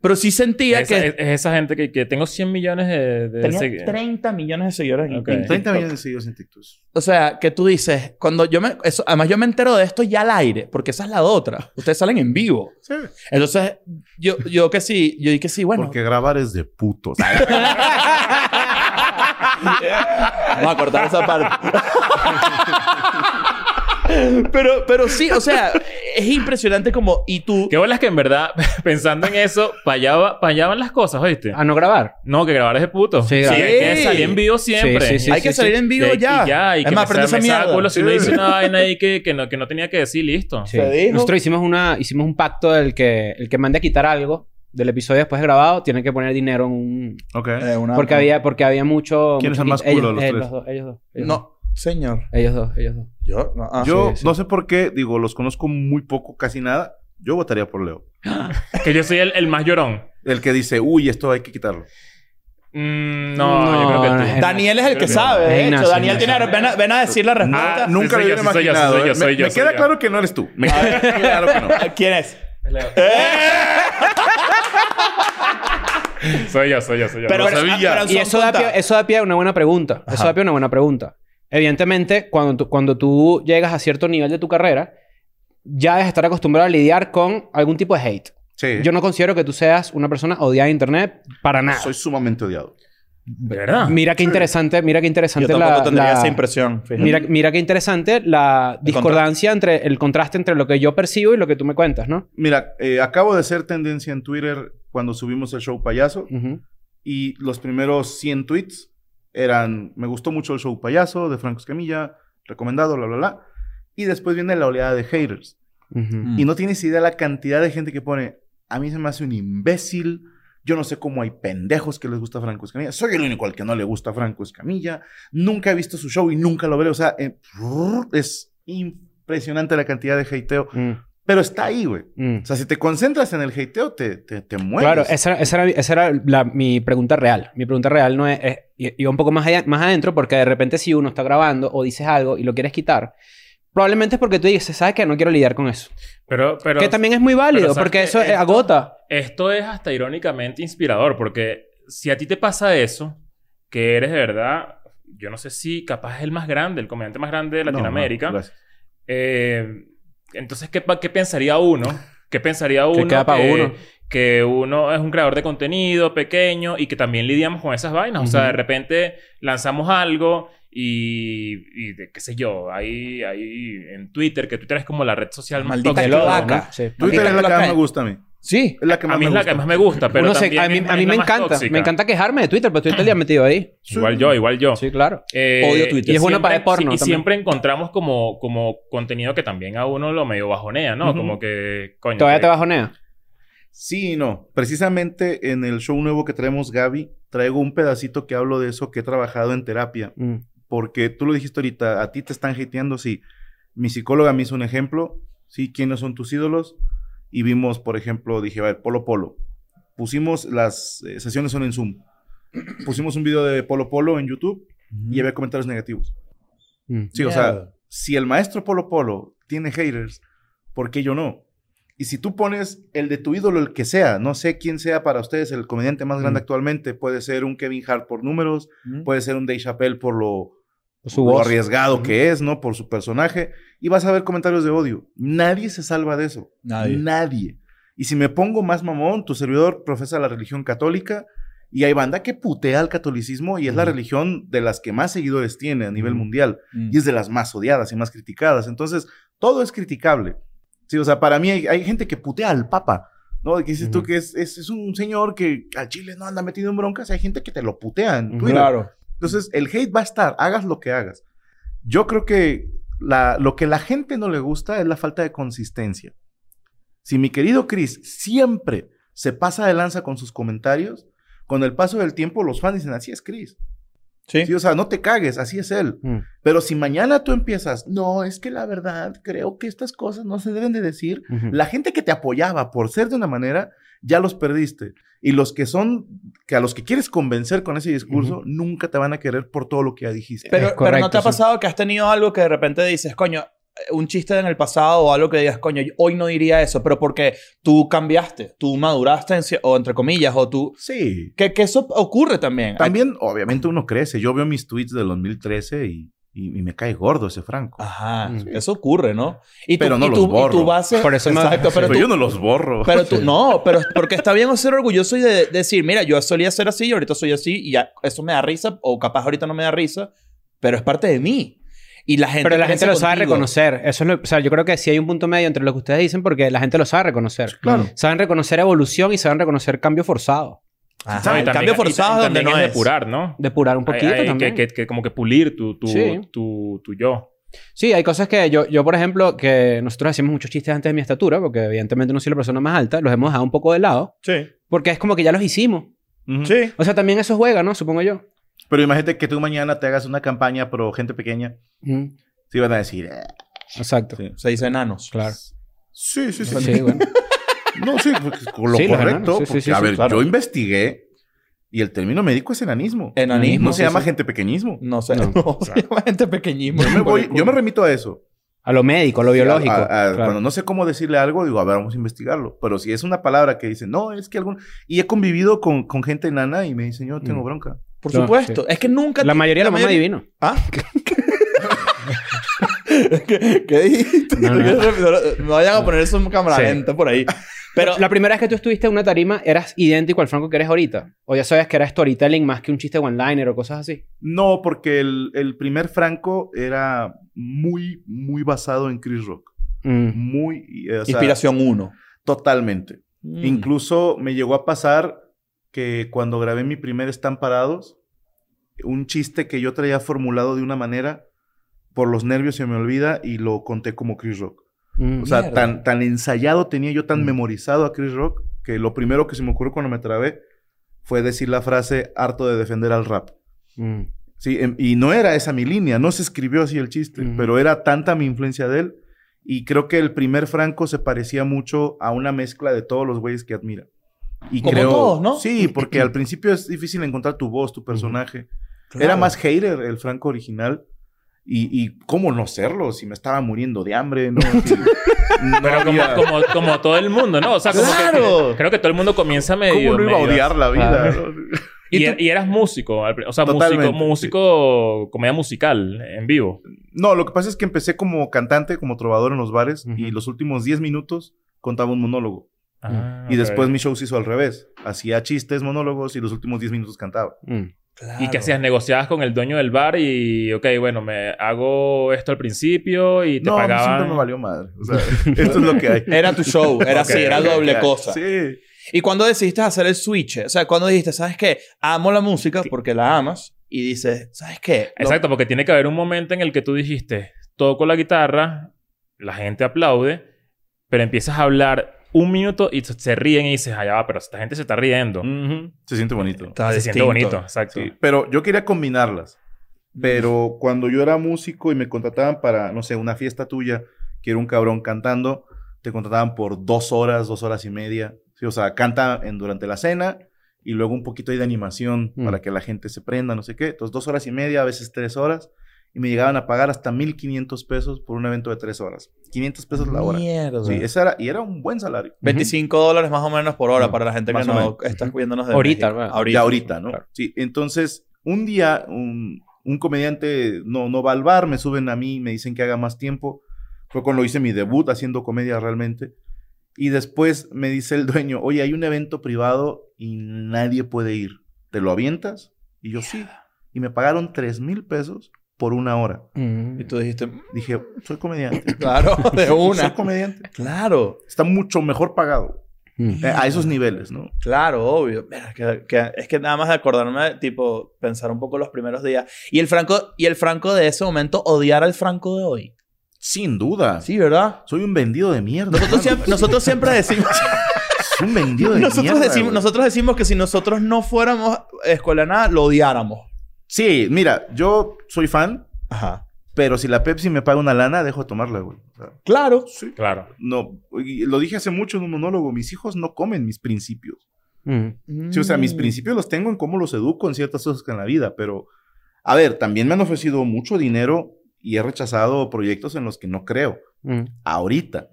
Pero sí sentía
Esa-
que...
es, es esa gente que, que tengo 100 millones de, de
Tenía
segui-
30 millones de seguidores en,
Ok.
en
30
TikTok.
millones de seguidores en TikTok.
O sea, que tú dices, cuando yo me... eso- además, yo me entero de esto ya al aire, porque esa es la otra. Ustedes salen en vivo.
Sí.
Entonces, yo, yo que sí, yo dije que sí, bueno.
Porque grabar es de putos.
Vamos a cortar esa parte. pero, pero sí, o sea, es impresionante como... Y tú...
Qué bolas que en verdad, pensando en eso, para allá, va- pa' allá van las cosas, ¿oíste?
A no grabar.
No, que grabar es de puto.
Sí,
Sí,
grabar.
hay que salir en vivo siempre.
Sí, sí, sí.
hay que salir en vivo
Y hay-
ya.
Y ya, y
es
que
más,
me
prende esa
sa- me saca
mierda.
culo si uno dice una vaina ahí que, que, no, que no tenía que decir, listo.
Sí.
Se dijo.
Nosotros hicimos una, hicimos un pacto del que el que mande a quitar algo del episodio después grabado tiene que poner dinero en un
Ok.
Eh, una-
porque había porque había mucho
¿Quién es el
mucho
más
quit-
culo de
ellos,
los
eh,
tres?
dos, ellos dos. Ellos dos.
No, señor.
Ellos dos, ellos dos.
Yo... No, ah,
yo
sí, sí.
no sé por qué, digo, los conozco muy poco, casi nada. Yo votaría por Leo.
Que yo soy el, el más llorón.
El que dice, uy, esto hay que quitarlo.
Mm, no, yo creo que
No,
tú.
no, es-
Daniel es el que
Ignacio,
sabe, de hecho.
Ignacio,
Daniel tiene...
Ignacio.
Ven a, ven a decir la respuesta.
Ah,
Nunca
sí,
lo
soy
hubiera
yo, sí, soy yo, sí,
imaginado.
soy yo,
¿eh?
soy
Me-
yo,
Me
soy
queda
yo.
claro que no eres tú. Me queda claro que no.
¿Quién es?
Soy yo, soy yo, soy yo.
Pero, ah,
No sé.
sabía.
pero
Y
son
eso da,
contados.
pie, eso da pie a una buena pregunta. Eso da pie a una buena pregunta. Evidentemente, cuando tú, cuando tú llegas a cierto nivel de tu carrera, ya debes estar acostumbrado a lidiar con algún tipo de hate.
Sí.
Yo no considero que tú seas una persona odiada de internet para nada.
Soy sumamente odiado.
¿De verdad?
Mira qué interesante, mira qué
Yo
interesante
tampoco
la,
tendría
la-
esa impresión. fíjate.
Mira, mira qué interesante la
El contraste.
discordancia entre el contraste entre lo que yo percibo y lo que tú me cuentas, ¿no?
Mira, eh, acabo de ser tendencia en Twitter cuando subimos el show payaso.
Ujú.
Y los primeros 100 tweets eran, me gustó mucho el show payaso de Franco Escamilla, recomendado, bla, bla, bla. Y después viene la oleada de haters.
Ujú.
Mm.
Y no tienes idea la cantidad de gente que pone, a mí se me hace un imbécil, yo no sé cómo hay pendejos que les gusta Franco Escamilla, soy el único al que no le gusta Franco Escamilla, nunca he visto su show y nunca lo veré. O sea, eh, es impresionante la cantidad de hateo.
Mm,
Pero está ahí, güey.
mm.
O sea, si te concentras en el hateo, te, te, te mueres.
Claro, esa, era- esa era, esa era la- mi pregunta real. Mi pregunta real no es, es- iba un poco más, allá- más adentro porque de repente si uno está grabando o dices algo y lo quieres quitar, probablemente es porque tú dices, ¿sabes qué? No quiero lidiar con eso.
Pero, pero
que también es muy válido
pero ¿sabes
porque
qué?
eso eh,
Esto-
agota.
esto es hasta irónicamente inspirador, porque si a ti te pasa eso, que eres de verdad, yo no sé si capaz es el más grande, el comediante más grande de
No, no,
Latinoamérica.
gracias.
Eh, entonces, ¿qué, pa- ¿qué pensaría uno? ¿Qué pensaría uno?
queda pa'
que,
uno?
que uno es un creador de contenido pequeño y que también lidiamos con esas vainas. O sea,
Ujú.
de repente lanzamos algo y, y de- qué sé yo, hay, hay en Twitter, que Twitter es como la red social más
Maldita
tóxica,
cloaca.
¿no?
vaca.
Sí.
Twitter es la que
Maldita
más me
loca.
gusta a mí.
Sí.
Es la que más
A mí
me
es la
gusta.
que más me gusta, pero
Uno se-
también
a mí,
es-
a mí
es la
me
más
encanta.
tóxica.
Me encanta quejarme de Twitter, pero estoy todo el día metido ahí.
Igual yo, igual yo.
Sí, claro.
Eh,
Odio Twitter.
Y es buena
siempre-
para el porno
sí, Y
también.
siempre encontramos como, como contenido que también a uno lo medio bajonea, ¿no?
Ujú.
Como que, coño.
Todavía
que-
te bajonea.
Sí y no. Precisamente en el show nuevo que traemos Gaby, traigo un pedacito que hablo de eso que he trabajado en terapia.
Mm.
Porque tú lo dijiste ahorita, a ti te están hateando. Sí, mi psicóloga me hizo un ejemplo. Sí, ¿quiénes son tus ídolos? Y vimos, por ejemplo, dije, a ver, Polo Polo. Pusimos las eh, sesiones son en Zoom. Pusimos un video de Polo Polo en YouTube y había comentarios negativos.
Mm.
Sí, o sea, si el maestro Polo Polo tiene haters, ¿por qué yo no? Y si tú pones el de tu ídolo, el que sea, no sé quién sea para ustedes el comediante más grande
Mm.
actualmente, puede ser un Kevin Hart por números,
Mm.
puede ser un Dave Chappelle por lo,
Su
lo
voz.
arriesgado que es, ¿no? Por su personaje, y vas a ver comentarios de odio. Nadie se salva de eso.
Nadie.
Nadie. Y si me pongo más mamón, tu servidor profesa la religión católica y hay banda que putea al catolicismo y es la
Ujú.
religión de las que más seguidores tiene a nivel
Ujú.
mundial
Mm.
y es de las más odiadas y más criticadas. Entonces, todo es criticable. Sí, o sea, para mí hay, hay gente que putea al Papa, ¿no? Que dices tú
Ujú.
que es, es, es un señor que al Chile no anda metido en broncas, hay gente que te lo putea en
Ujú.
Twitter.
Claro.
Entonces, el hate va a estar, hagas lo que hagas. Yo creo que la- lo que la gente no le gusta es la falta de consistencia. Si mi querido Chris siempre se pasa de lanza con sus comentarios, con el paso del tiempo los fans dicen, así es Chris.
Sí.
Sí, o sea, no te cagues, así es él.
Mm.
Pero si mañana tú empiezas, no, es que la verdad, creo que estas cosas no se deben de decir.
Mm.
Ujú.
La gente que te apoyaba por ser de una manera, ya los perdiste. Y los que son, que a los que quieres convencer con ese discurso, nunca te van a querer por todo lo que ya dijiste.
Pero,
Es
pero no
correcto,
te ha
sí.
pasado que has tenido algo que de repente dices, coño, eh, un chiste en el pasado o algo que digas, coño, yo hoy no diría eso, pero porque tú cambiaste, tú maduraste, en cier- o entre comillas, o tú...
sí.
Que, que eso ocurre también.
También, obviamente, uno crece. Yo veo mis tweets del 2013 y, y, y me cae gordo ese Franco.
Ajá,
Mm.
eso ocurre, ¿no? Ah, Y tú,
Pero no
y
los
tú,
borro.
Y tú vas a-
Por eso me-
Exacto, pero,
Pero,
tú,
yo no los borro.
Pero tú, no, pero porque está bien ser orgulloso y de, decir, mira, yo solía ser así y ahorita soy así y ya, eso me da risa o capaz ahorita no me da risa, pero es parte de mí. Y la gente
Pero la
crece
gente lo sabe
contigo.
reconocer. Eso es lo- o sea, yo creo que sí hay un punto medio entre lo que ustedes dicen porque la gente lo sabe reconocer.
Claro.
Saben reconocer evolución y saben reconocer cambio forzado.
Ajá,
No, y
el
también-
cambio forzado
y
es donde
también
no es.
depurar, ¿no?
Depurar un poquito
Hay- hay
también.
Que, que- que como que pulir tu, tu,
Sí.
tu, tu yo.
Sí, hay cosas que yo, yo, por ejemplo, que nosotros hacíamos muchos chistes antes de mi estatura, porque evidentemente no soy la persona más alta, los hemos dejado un poco de lado,
Sí.
porque es como que ya los hicimos.
Ujú.
Sí.
O sea, también eso juega, ¿no? Supongo yo.
Pero imagínate que tú mañana te hagas una campaña pro gente pequeña. Sí van a decir... "Eh".
Exacto.
Sí.
Se dice enanos.
Claro.
Sí, sí, sí.
Sí, bueno.
No, sí, porque con lo
Sí, los
correcto.
enanos, sí, sí,
porque,
sí,
a
sí,
ver,
claro.
yo investigué y el término médico es enanismo.
Enanismo.
No se
sí,
llama
sí.
gente pequeñismo.
No sé.
No.
No, se llama gente pequeñismo.
Yo me, voy- yo me remito a eso.
A lo médico, a lo biológico.
A- a- a-
Claro.
Cuando no sé cómo decirle algo, digo, a ver, vamos a investigarlo. Pero si es una palabra que dice, no, es que algún... Y he convivido con, con gente enana y me dicen, yo no tengo
Mm.
bronca.
Por
No,
supuesto. Es que nunca...
La
te-
mayoría lo más
mayoría-
adivino.
¿Ah? ¿Qué, qué dijiste?
No,
No,
no.
vayan a poner eso en cámara
Sí.
lenta por ahí. Pero...
La primera vez que tú estuviste en una tarima, ¿eras idéntico al Franco que eres ahorita? ¿O ya sabías que era storytelling más que un chiste one-liner o cosas así?
No, porque el, el primer Franco era muy, muy basado en Chris Rock.
Mm.
Muy... y, eh, o sea,
Inspiración 1.
Totalmente.
Mm,
Mm.
Incluso me llegó a pasar que cuando grabé mi primer Están Parados, un chiste que yo traía formulado de una manera, por los nervios se me olvida y lo conté como Chris Rock.
Mm.
O sea,
Mierda.
tan, tan ensayado tenía yo, tan
Mm.
memorizado a Chris Rock, que lo primero que se me ocurrió cuando me trabé fue decir la frase harto de defender al rap.
Mm.
Sí, em- y no era esa mi línea, no se escribió así el chiste,
Ujú.
pero era tanta mi influencia de él. Y creo que el primer Franco se parecía mucho a una mezcla de todos los güeyes que admira. Y
Como todos, ¿no?
Sí, porque al principio es difícil encontrar tu voz, tu personaje. Era más hater el Franco original. Y, y cómo no serlo, si me estaba muriendo de hambre, ¿no? Si- no
Pero como,
había-
como, como todo el mundo, ¿no? O sea, como que-
¡Claro!
que, creo que todo el mundo comienza medio...
¿Cómo no iba a
medio-
odiar la vida?
Claro.
no?
Y,
¿Y tú?
y eras músico, al pri- o sea,
Totalmente, Mm.
músico, músico comedia musical en vivo.
No, lo que pasa es que empecé como cantante, como trovador en los bares.
Ujú.
Y los últimos 10 minutos contaba un monólogo.
Ah,
Y después
ok.
mi show se hizo al revés. Hacía chistes, monólogos y los últimos 10 minutos cantaba.
Mm.
¿Y qué hacías? ¿Negociabas con el dueño del bar y, ok, bueno, me hago esto al principio y te
no, a mí
pagaban?
siempre me valió madre. O sea, esto es lo que hay.
Era tu show, era
Ok,
así, era
ok,
doble
Ya,
cosa.
Sí.
¿Y cuándo decidiste hacer el switch? O sea, cuando dijiste, ¿sabes qué? Amo la música porque la amas y dices, ¿sabes qué? Lo-
Exacto, porque tiene que haber un momento en el que tú dijiste, toco la guitarra, la gente aplaude, pero empiezas a hablar un minuto y se- se ríen y dices, allá va, pero esta gente se está riendo.
Ujú. Se siente bonito.
Está
se siente
distinto.
bonito, exacto.
Mm, Sí. Pero yo quería combinarlas. Pero cuando yo era músico y me contrataban para, no sé, una fiesta tuya, que era un cabrón cantando, te contrataban por dos horas, dos horas y media. Sí, o sea, canta en, durante la cena y luego un poquito ahí de animación
Mm.
para que la gente se prenda, no sé qué. Entonces, dos horas y media, a veces tres horas. Y me llegaban a pagar hasta 1.500 pesos por un evento de tres horas. 500 pesos la hora.
Mierda.
Sí, esa era, y era un buen salario.
25 dólares más o menos por hora
Ujú.
para la gente que
Mm, Más o
no
menos.
está
Ujú.
viéndonos de
Ahorita,
México.
¿verdad?
ahorita.
Ya ahorita, ¿no?
Claro.
Sí, entonces, un día un, un comediante no, no va al bar, me suben a mí, me dicen que haga más tiempo. Fue cuando hice mi debut haciendo comedia realmente. Y después me dice el dueño, oye, hay un evento privado y nadie puede ir. ¿Te lo avientas? Y yo sí. Y me pagaron 3 mil pesos por una hora.
Mm.
Y tú dijiste,
Dije, soy comediante.
claro, de
Soy
una.
comediante.
claro,
Está mucho mejor pagado.
Mm.
eh, a esos niveles, ¿no?
claro, obvio. Mira, que- que- es que nada más de acordarme, tipo, pensar un poco los primeros días. Y el Franco, y el Franco de ese momento odiar al Franco de hoy.
Sin duda.
Sí, ¿verdad?
Soy un vendido de mierda.
Nosotros
hermano.
siempre, nosotros siempre decimos...
Soy un vendido de
Nosotros,
mierda.
decimos,
güey.
nosotros decimos que si nosotros no fuéramos escuela de nada, lo odiáramos.
Sí, mira, yo soy fan,
Ajá.
pero si la Pepsi me paga una lana, dejo de tomarla, güey. O sea,
Claro.
sí.
Claro.
No, y lo dije hace mucho en un monólogo, mis hijos no comen mis principios.
Mm.
Sí, o sea, mis
Mm.
principios los tengo en cómo los educo en ciertas cosas que en la vida, pero a ver, también me han ofrecido mucho dinero y he rechazado proyectos en los que no creo,
Mm.
ahorita.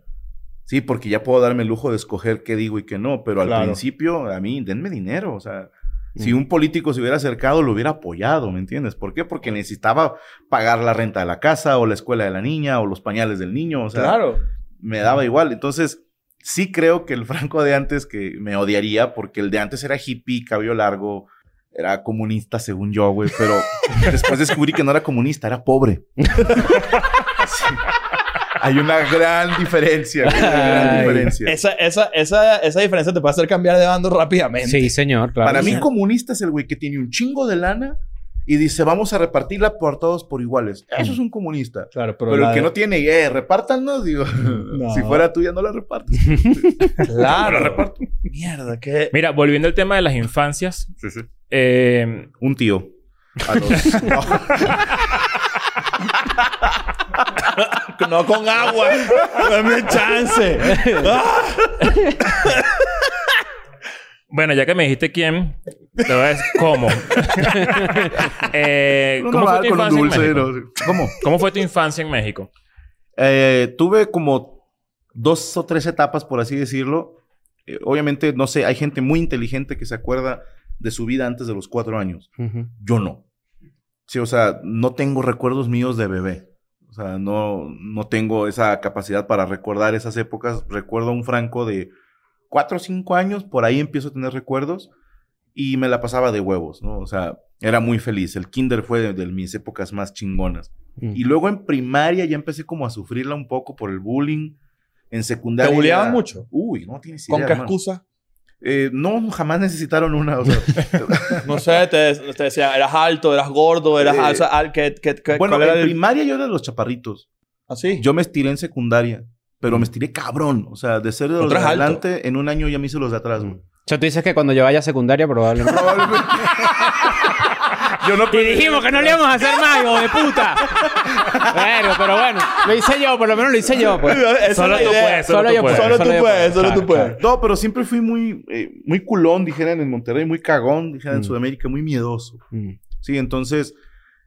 Sí, porque ya puedo darme el lujo de escoger qué digo y qué no, pero al
Claro.
principio a mí denme dinero, o sea, si
Mm.
un político se hubiera acercado, lo hubiera apoyado, ¿me entiendes? ¿Por qué? Porque necesitaba pagar la renta de la casa o la escuela de la niña o los pañales del niño, o sea,
claro.
me daba igual. Entonces, sí creo que el Franco de antes que me odiaría porque el de antes era hippie, cabello largo, Era comunista, según yo, güey, pero después descubrí que no era comunista, era pobre. Sí. Hay una gran diferencia, güey, una gran
Ay.
diferencia.
Esa, esa, esa, esa diferencia te puede hacer cambiar de bando rápidamente.
Sí, señor, claro.
Para mí, comunista es el güey que tiene un chingo de lana y dice, vamos a repartirla por todos por iguales. Eso es un comunista.
Claro, pero,
Pero,
la
el que
de-
no tiene, eh, repártanos, digo, si fuera tuya no la repartes.
Claro. Mierda, que...
Mira, volviendo al tema de las infancias,
Sí, sí.
eh,
Un tío. A los- No.
No con agua. Dame chance. Ah.
bueno, ya que me dijiste quién, te voy a decir cómo. Eh,
Uno
¿Cómo
va
fue tu
con un
infancia en
dulce,
México?
no sé. ¿Cómo?
¿Cómo fue tu infancia en México?
Eh, tuve como dos o tres etapas, por así decirlo. Eh, obviamente, no sé, hay gente muy inteligente que se acuerda de su vida antes de los cuatro años.
Ujú.
Yo no. Sí, o sea, no tengo recuerdos míos de bebé. O sea, no, no tengo esa capacidad para recordar esas épocas. Recuerdo a un Franco de cuatro o cinco años, por ahí empiezo a tener recuerdos y me la pasaba de huevos, ¿no? O sea, era muy feliz. El kinder fue de- de mis épocas más chingonas.
mm.
Y luego en primaria ya empecé como a sufrirla un poco por el bullying. En
¿Te
secundaria...
buleaban mucho?
Uy, no tienes idea,
¿Con qué
hermano.
excusa?
Eh, no, jamás necesitaron una. o sea.
No sé, te, te decían, eras alto, eras gordo, eras...
Eh,
o sea, al- que- que- que-
bueno,
¿cuál era
en
el- Ah,
primaria yo era de los chaparritos.
¿Así?
Yo me estiré en secundaria, pero me estiré cabrón. O sea, de ser de los de
Otro es alto.
adelante, en un año ya me hice los de atrás. güey.
O sea, tú dices que cuando yo vaya a secundaria probablemente...
Probablemente. yo no
Y dijimos que no le íbamos a hacer más, hijo de puta. Bueno, pero bueno, lo hice yo, por lo menos lo hice yo, pues.
Esa es
Solo
la
tú
idea.
puedes, solo,
Solo
tú
yo
puedes.
puedo.
Solo tú
Solo yo
puedes,
puedo.
solo tú
Claro,
puedes.
No, pero siempre fui muy, eh, muy culón, dijeran en Monterrey, muy cagón, dijeran en
Mm.
Sudamérica, muy miedoso.
Mm.
Sí, entonces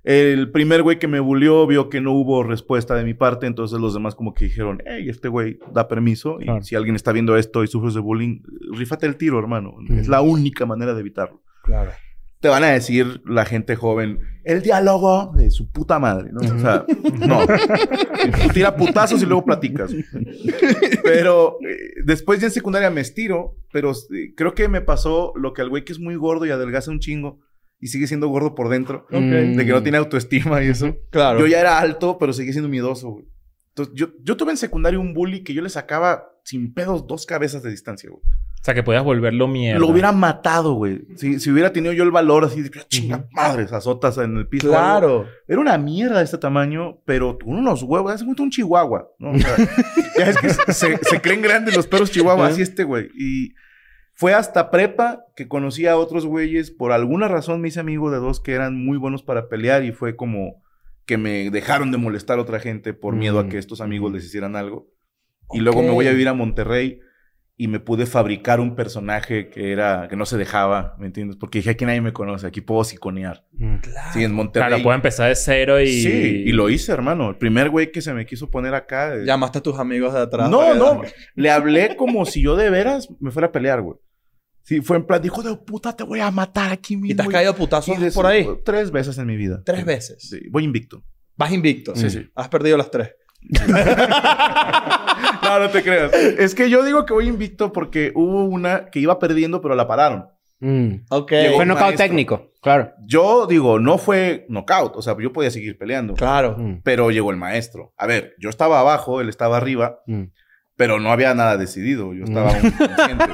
el primer güey que me bulió vio que no hubo respuesta de mi parte, entonces los demás como que dijeron, hey, este güey da permiso y
Claro.
si alguien está viendo esto y sufres de bullying, rífate el tiro, hermano.
Mm.
Es la única manera de evitarlo.
Claro.
Te van a decir la gente joven, el diálogo de su puta madre, ¿no? O sea, no. Tú Tira putazos y luego platicas. Pero eh, después ya en secundaria me estiro, pero eh, creo que me pasó lo que al güey que es muy gordo y adelgaza un chingo y sigue siendo gordo por dentro
Mm.
de que no tiene autoestima y eso.
Claro.
Yo ya era alto, pero seguía siendo miedoso, güey. Entonces, yo, yo tuve en secundaria un bully que yo le sacaba sin pedos dos cabezas de distancia, güey.
O sea, que podías volverlo mierda.
Lo hubiera matado, güey. Si, si hubiera tenido yo el valor así de "Ah, chinga madres, azotas en el piso. o algo.
Claro.
Era una mierda de este tamaño, pero con unos huevos. Hace mucho un chihuahua, ¿no? O sea, ya es que se, se creen grandes los perros chihuahua, así este, güey. Y fue hasta prepa que conocí a otros güeyes. Por alguna razón me hice amigo de dos que eran muy buenos para pelear y fue como que me dejaron de molestar a otra gente por miedo a
Mm.
que estos amigos les hicieran algo. Y luego me voy a
Ok.
vivir a Monterrey y me pude fabricar un personaje que era que no se dejaba, ¿me entiendes? Porque dije, aquí nadie me conoce, aquí puedo siconear.
Mm.
Sí, en Monterrey.
Claro, puedo empezar de cero y...
Sí, y lo hice, hermano. El primer güey que se me quiso poner acá. eh,
Llamaste a tus amigos de atrás.
no,
para que-
no. Le hablé como si yo de veras me fuera a pelear, güey. Sí, fue en plan, hijo de puta, te voy a matar aquí mismo.
¿Y te has
güey".
caído a
Y
putazos
de
por
eso,
ahí?
Tres veces en mi vida.
Tres
Sí.
veces.
Sí, voy invicto.
Vas invicto.
Sí, sí.
Has perdido las tres.
No, no te creas. Es que yo digo que voy invicto porque hubo una que iba perdiendo, pero la pararon.
Mm.
Ok.
Llegó
Fue
un
knockout
maestro.
técnico, claro.
Yo digo, no fue knockout. O sea, yo podía seguir peleando.
Claro.
Mm.
Pero llegó el maestro. A ver, yo estaba abajo, él estaba arriba.
Mm.
pero no había nada decidido. Yo estaba
Mm.
aún inconsciente.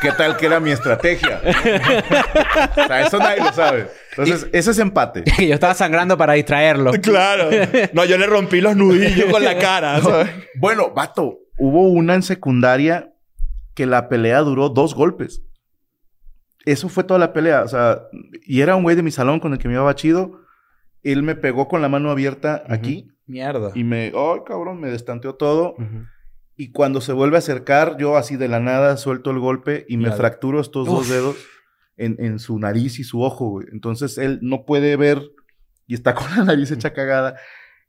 ¿Qué tal que era mi estrategia? o sea, eso nadie lo sabe. Entonces, ese es empate.
Que yo estaba sangrando para distraerlo.
Claro. No, yo le rompí los nudillos con la cara, ¿sabes?
Bueno, vato, hubo una en secundaria que la pelea duró dos golpes. Eso fue toda la pelea. O sea, y era un güey de mi salón con el que me iba chido. Él me pegó con la mano abierta
Ujú.
aquí
Mierda.
y me, ay, cabrón, me destanteó todo.
Ujú.
Y cuando se vuelve a acercar, yo así de la nada suelto el golpe y me
Claro.
fracturo estos dos
Uf.
dedos en, en su nariz y su ojo, güey. Entonces él no puede ver y está con la nariz hecha cagada.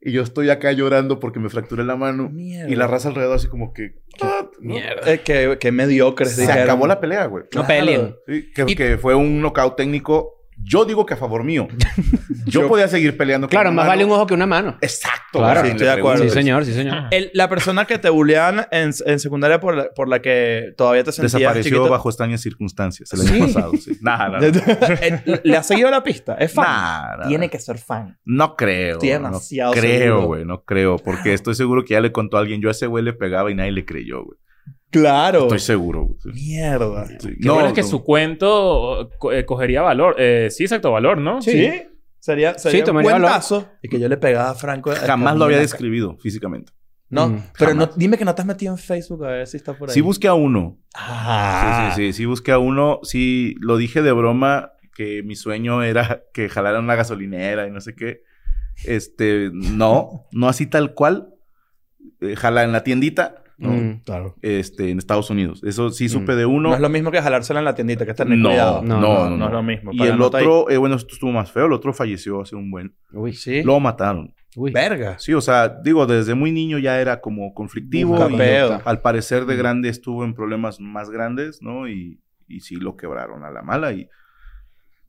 Y yo estoy acá llorando porque me fracturé la mano.
Ah, Mierda.
Y la raza alrededor así como que... "Ah", ¿no?
Mierda.
Eh, que, que mediocres.
Se
dijeron.
acabó la pelea, güey.
No
Claro.
peleen.
Sí, que,
Y-
que fue un knockout técnico Yo digo que a favor mío. Yo, podía seguir peleando. con
Claro,
una
más
mano.
vale un ojo que una mano.
Exacto.
Claro,
sí,
güey, si le
estoy de acuerdo.
preguntas.
Sí, señor, sí, señor.
El- la persona que te buleaban en, en secundaria por la, por la que todavía te sentías
Desapareció
chiquito,
bajo extrañas circunstancias el año pasado. Sí. Nah, nah, nah.
Eh, ¿Le ha seguido la pista? Es fan.
Nah, nah,
Tiene
nah.
que ser fan.
No creo.
Estoy
no
demasiado
creo,
seguro.
güey. No creo. Porque estoy seguro que ya le contó a alguien. Yo a ese güey le pegaba y nadie le creyó, güey.
Claro.
Estoy seguro, güey. Sí.
Mierda.
Sí.
Lo bueno es que
no.
su cuento co- eh, cogería valor. Eh, sí, exacto, valor, ¿no?
Sí. Sería,
Sí,
sería un
tomaría valor.
cuentazo. Y que yo le pegaba a Franco.
Jamás lo había describido físicamente.
No,
Mm,
pero no,
jamás.
dime que no te has metido en Facebook a ver si está por ahí.
Sí busqué a uno.
Ah.
Sí, sí, sí. Sí busqué a uno. Sí, lo dije de broma que mi sueño era que jalaran la gasolinera y no sé qué. Este, no. No así tal cual. Eh, jala en la tiendita. ¿no?
Mm.
Claro.
Este, en Estados Unidos. Eso sí supe
Mm.
de
No,
uno.
es lo mismo que jalársela en la tiendita, que está en
no,
cuidado.
no,
No,
no,
no,
No es lo mismo.
Y
Para
el
la nota ahí.
otro, eh, bueno, esto estuvo más feo. El otro falleció hace un buen.
Uy,
Sí.
Lo mataron.
uy.
Verga.
Sí, o sea, digo, desde muy niño ya era como conflictivo.
Busca
y
pedo.
al parecer de grande estuvo en problemas más grandes, ¿no? Y, y sí lo quebraron a la mala. Y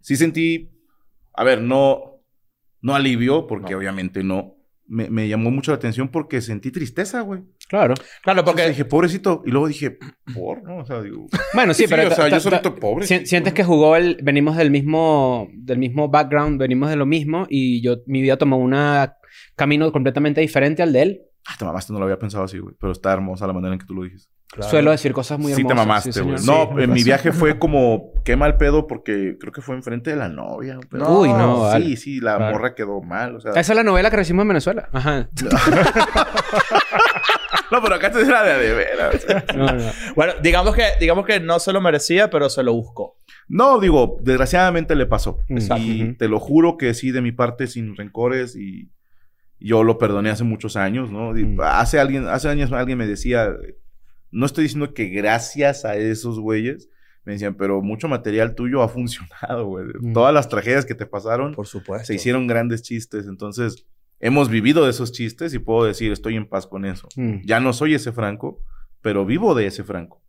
sí sentí, a ver, no, no alivió, porque obviamente no. Me, me llamó mucho la atención porque sentí tristeza, güey.
Claro.
Claro,
Porque
porque
dije, pobrecito. Y luego dije, por, ¿no? O sea, digo.
Bueno, sí,
Sí,
pero...
o
ta-
sea,
ta-
yo solito
ta-
pobre.
si- Sientes que jugó el... Venimos del mismo... Del mismo background, venimos de lo mismo y yo... Mi vida tomó una... Camino completamente diferente al de él.
Ah, te mamaste, no lo había pensado así, güey. Pero está hermosa la manera en que tú lo dijiste.
Claro.
Suelo decir cosas muy
sí
hermosas.
te mamaste, güey.
señor.
no,
Sí,
en
me
mi
pasó.
viaje fue como... Qué mal pedo porque creo que fue enfrente de la novia. pero-
No,
Uy, no, vale.
Sí, sí, la
Claro.
morra quedó mal, o sea...
Esa es la novela que recibimos en Venezuela. Ajá.
No, pero acá te la de a de veras.
No, no.
Bueno, digamos que, digamos que no se lo merecía, pero se lo buscó.
No, digo, desgraciadamente le pasó.
Exacto.
Y
Ujú.
te lo juro que sí, de mi parte, sin rencores y yo lo perdoné hace muchos años, ¿no? Y
Mm.
Hace, alguien, hace años alguien me decía, no estoy diciendo que gracias a esos güeyes, me decían, pero mucho material tuyo ha funcionado, güey.
Mm.
Todas las tragedias que te pasaron,
Por supuesto.
se hicieron grandes chistes, entonces hemos vivido de esos chistes y puedo decir, estoy en paz con eso.
Mm.
Ya no soy ese Franco, pero vivo de ese Franco.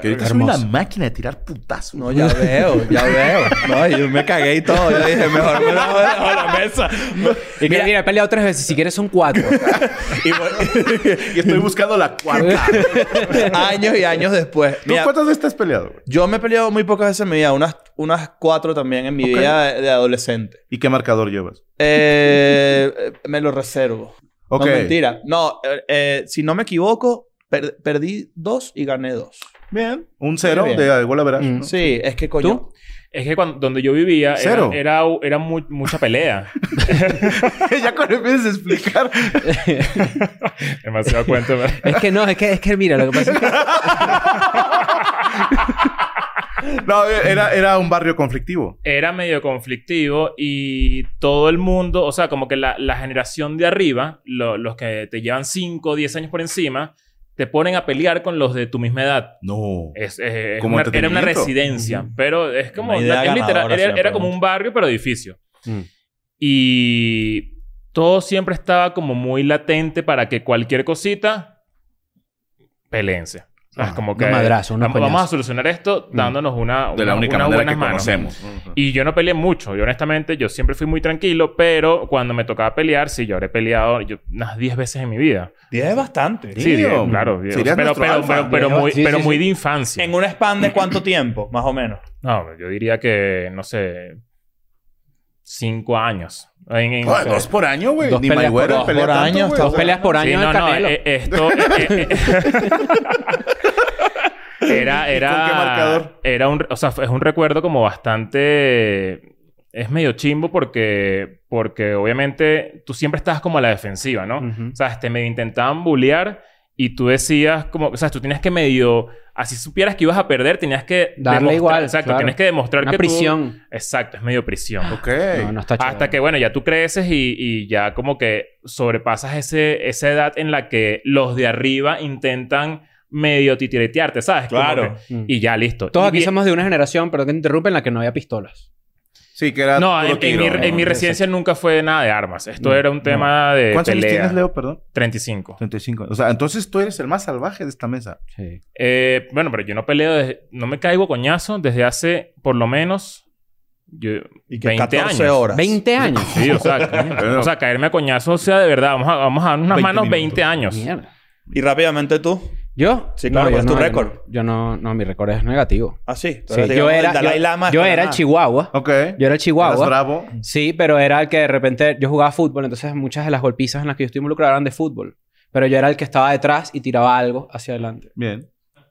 Que ahorita soy
Hermoso.
una máquina de tirar putazos.
No, ya veo, ya veo. No, yo me cagué y todo. Yo dije, mejor me lo voy a la mesa.
Y que,
Mira-
mira, he peleado tres veces. Si quieres son cuatro.
Y bueno,
Y estoy buscando la cuarta.
años y años después.
¿Tú
Mira,
cuántas veces te has peleado, güey?
yo me he peleado muy pocas veces en mi vida. Unas, unas cuatro también en mi
Ok.
vida de, de adolescente.
¿Y qué marcador llevas?
Eh, eh, me lo reservo.
Ok.
No, mentira. No, eh, eh, si no me equivoco, per- perdí dos y gané dos.
Bien. Un cero
Bien.
de gol a verás.
Mm.
¿no?
Sí, es que coño.
¿Tú?
Es que cuando, donde yo vivía
Cero.
era, era, era mu- mucha pelea.
ya cuando empiezas a explicar.
Demasiado cuento. ¿verdad?
Es que no, es que, es que mira, lo que pasa es que...
No, era, era un barrio conflictivo.
era medio conflictivo y todo el mundo, o sea, como que la, la generación de arriba, lo- los que te llevan 5 o 10 años por encima, te ponen a pelear con los de tu misma edad.
No.
Es, eh, es
Como
una- era una
entretenimiento.
residencia, pero es como,
Una idea
es literal,
ganadora,
era,
siempre,
era
¿no?
como un barrio, pero edificio.
Mm.
Y todo siempre estaba como muy latente para que cualquier cosita, peleense. O sea, es
Ah,
como que
Un madrazo, unos
vamos, vamos a
coñazos.
solucionar esto
Mm.
dándonos una,
De la
una-
única
unas
manera
buenas
que
manos.
conocemos.
Y yo no peleé mucho. Yo, honestamente, yo siempre fui muy tranquilo, pero cuando me tocaba pelear, sí, yo habré peleado yo, unas 10 veces en mi vida.
Diez es bastante.
Sí, diez,
Damn.
claro. diez.
Serías
Pero,
nuestro
pero,
alfa.
pero, pero muy,
Sí,
pero
sí,
muy
sí.
de infancia.
¿En un span de cuánto tiempo? Más o menos.
No, yo diría que, no sé, 5 años. En- en-
Ah, dos por año, güey.
Dos
Ni
peleas por-
Mayweather
dos
pelea
por
tanto,
año,
güey.
dos
O sea,
peleas por
Sí,
año
no,
de
no,
Canelo.
eh, eh, esto... eh, eh, eh, era,
¿Y
era...
con qué marcador?
Era un... O sea, es un recuerdo como bastante... Es medio chimbo porque... Porque obviamente tú siempre estás como a la defensiva, ¿no?
Ujú.
O sea, te medio intentaban bullear y tú decías como... O sea, tú tienes que medio... Así supieras que ibas a perder, tenías que...
Darle
demostrar-
igual,
Exacto.
claro.
Tienes que demostrar
Una
que tú-
prisión.
Exacto. Es medio prisión.
Ok.
No, no está chido.
Hasta que, bueno, ya tú creces y, y ya como que sobrepasas ese, esa edad en la que los de arriba intentan medio titiretearte, ¿sabes? Como
Claro.
que-
Mm.
y ya, listo.
Todos
Y
aquí
bien-
somos de una generación, pero que interrumpen la que no había pistolas.
Sí, que era
No, en,
puro
en
tiro,
mi,
¿no?
en mi residencia nunca fue nada de armas. Esto
No,
era un tema de
¿Cuántos años
pelea.
tienes, Leo? Perdón.
35.
35. O sea, entonces tú eres el más salvaje de esta mesa.
Sí.
Eh, bueno, pero yo no peleo... desde- no me caigo a coñazo desde hace, por lo menos... yo-
Y que
20
14
años.
horas.
20 años.
Sí, o sea, ca- o sea, caerme a coñazo, o sea, de verdad, vamos a, vamos a dar unas
20
manos 20
minutos.
años.
Mierda.
Y rápidamente tú.
¿Yo?
Sí, claro,
yo
¿cuál es tu
yo
récord?
Yo no, no, mi récord es negativo.
Así.
Sí, yo era, yo, yo era el Chihuahua.
Ok.
Yo era el
Eras
Chihuahua.
bravo.
Sí, pero era el que de repente yo jugaba fútbol, entonces muchas de las golpizas en las que yo estoy involucrado eran de fútbol. Pero yo era el que estaba detrás y tiraba algo hacia adelante.
Bien.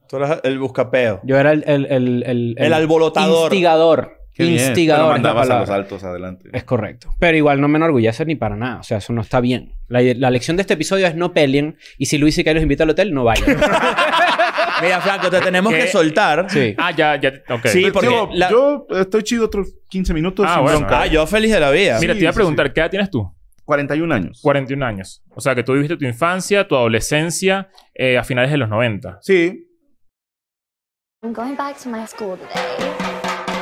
Tú eras el buscapeo.
Yo era el... El, el, el,
El alborotador.
Instigador.
Qué bien.
instigador.
Pero
es la
mandabas a
palabra.
los altos adelante.
Es correcto. Pero igual no me enorgullece ni para nada. O sea, eso no está bien. La, la lección de este episodio es no peleen. Y si Luis y que los invita al hotel, no vayan.
Mira, Franco, te tenemos
¿Qué?
que soltar.
Sí.
Ah, ya, ya, ok.
Sí,
Pero,
porque
digo,
la-
Yo estoy chido otros 15 minutos
Ah,
sin
bueno.
bronca.
Ah, yo feliz de la vida.
Mira,
sí,
te iba a
sí,
preguntar, ¿qué edad tienes tú?
41 años.
41 años. O sea, que tú viviste tu infancia, tu adolescencia eh, a finales de los 90.
Sí.
I'm going back to my school today.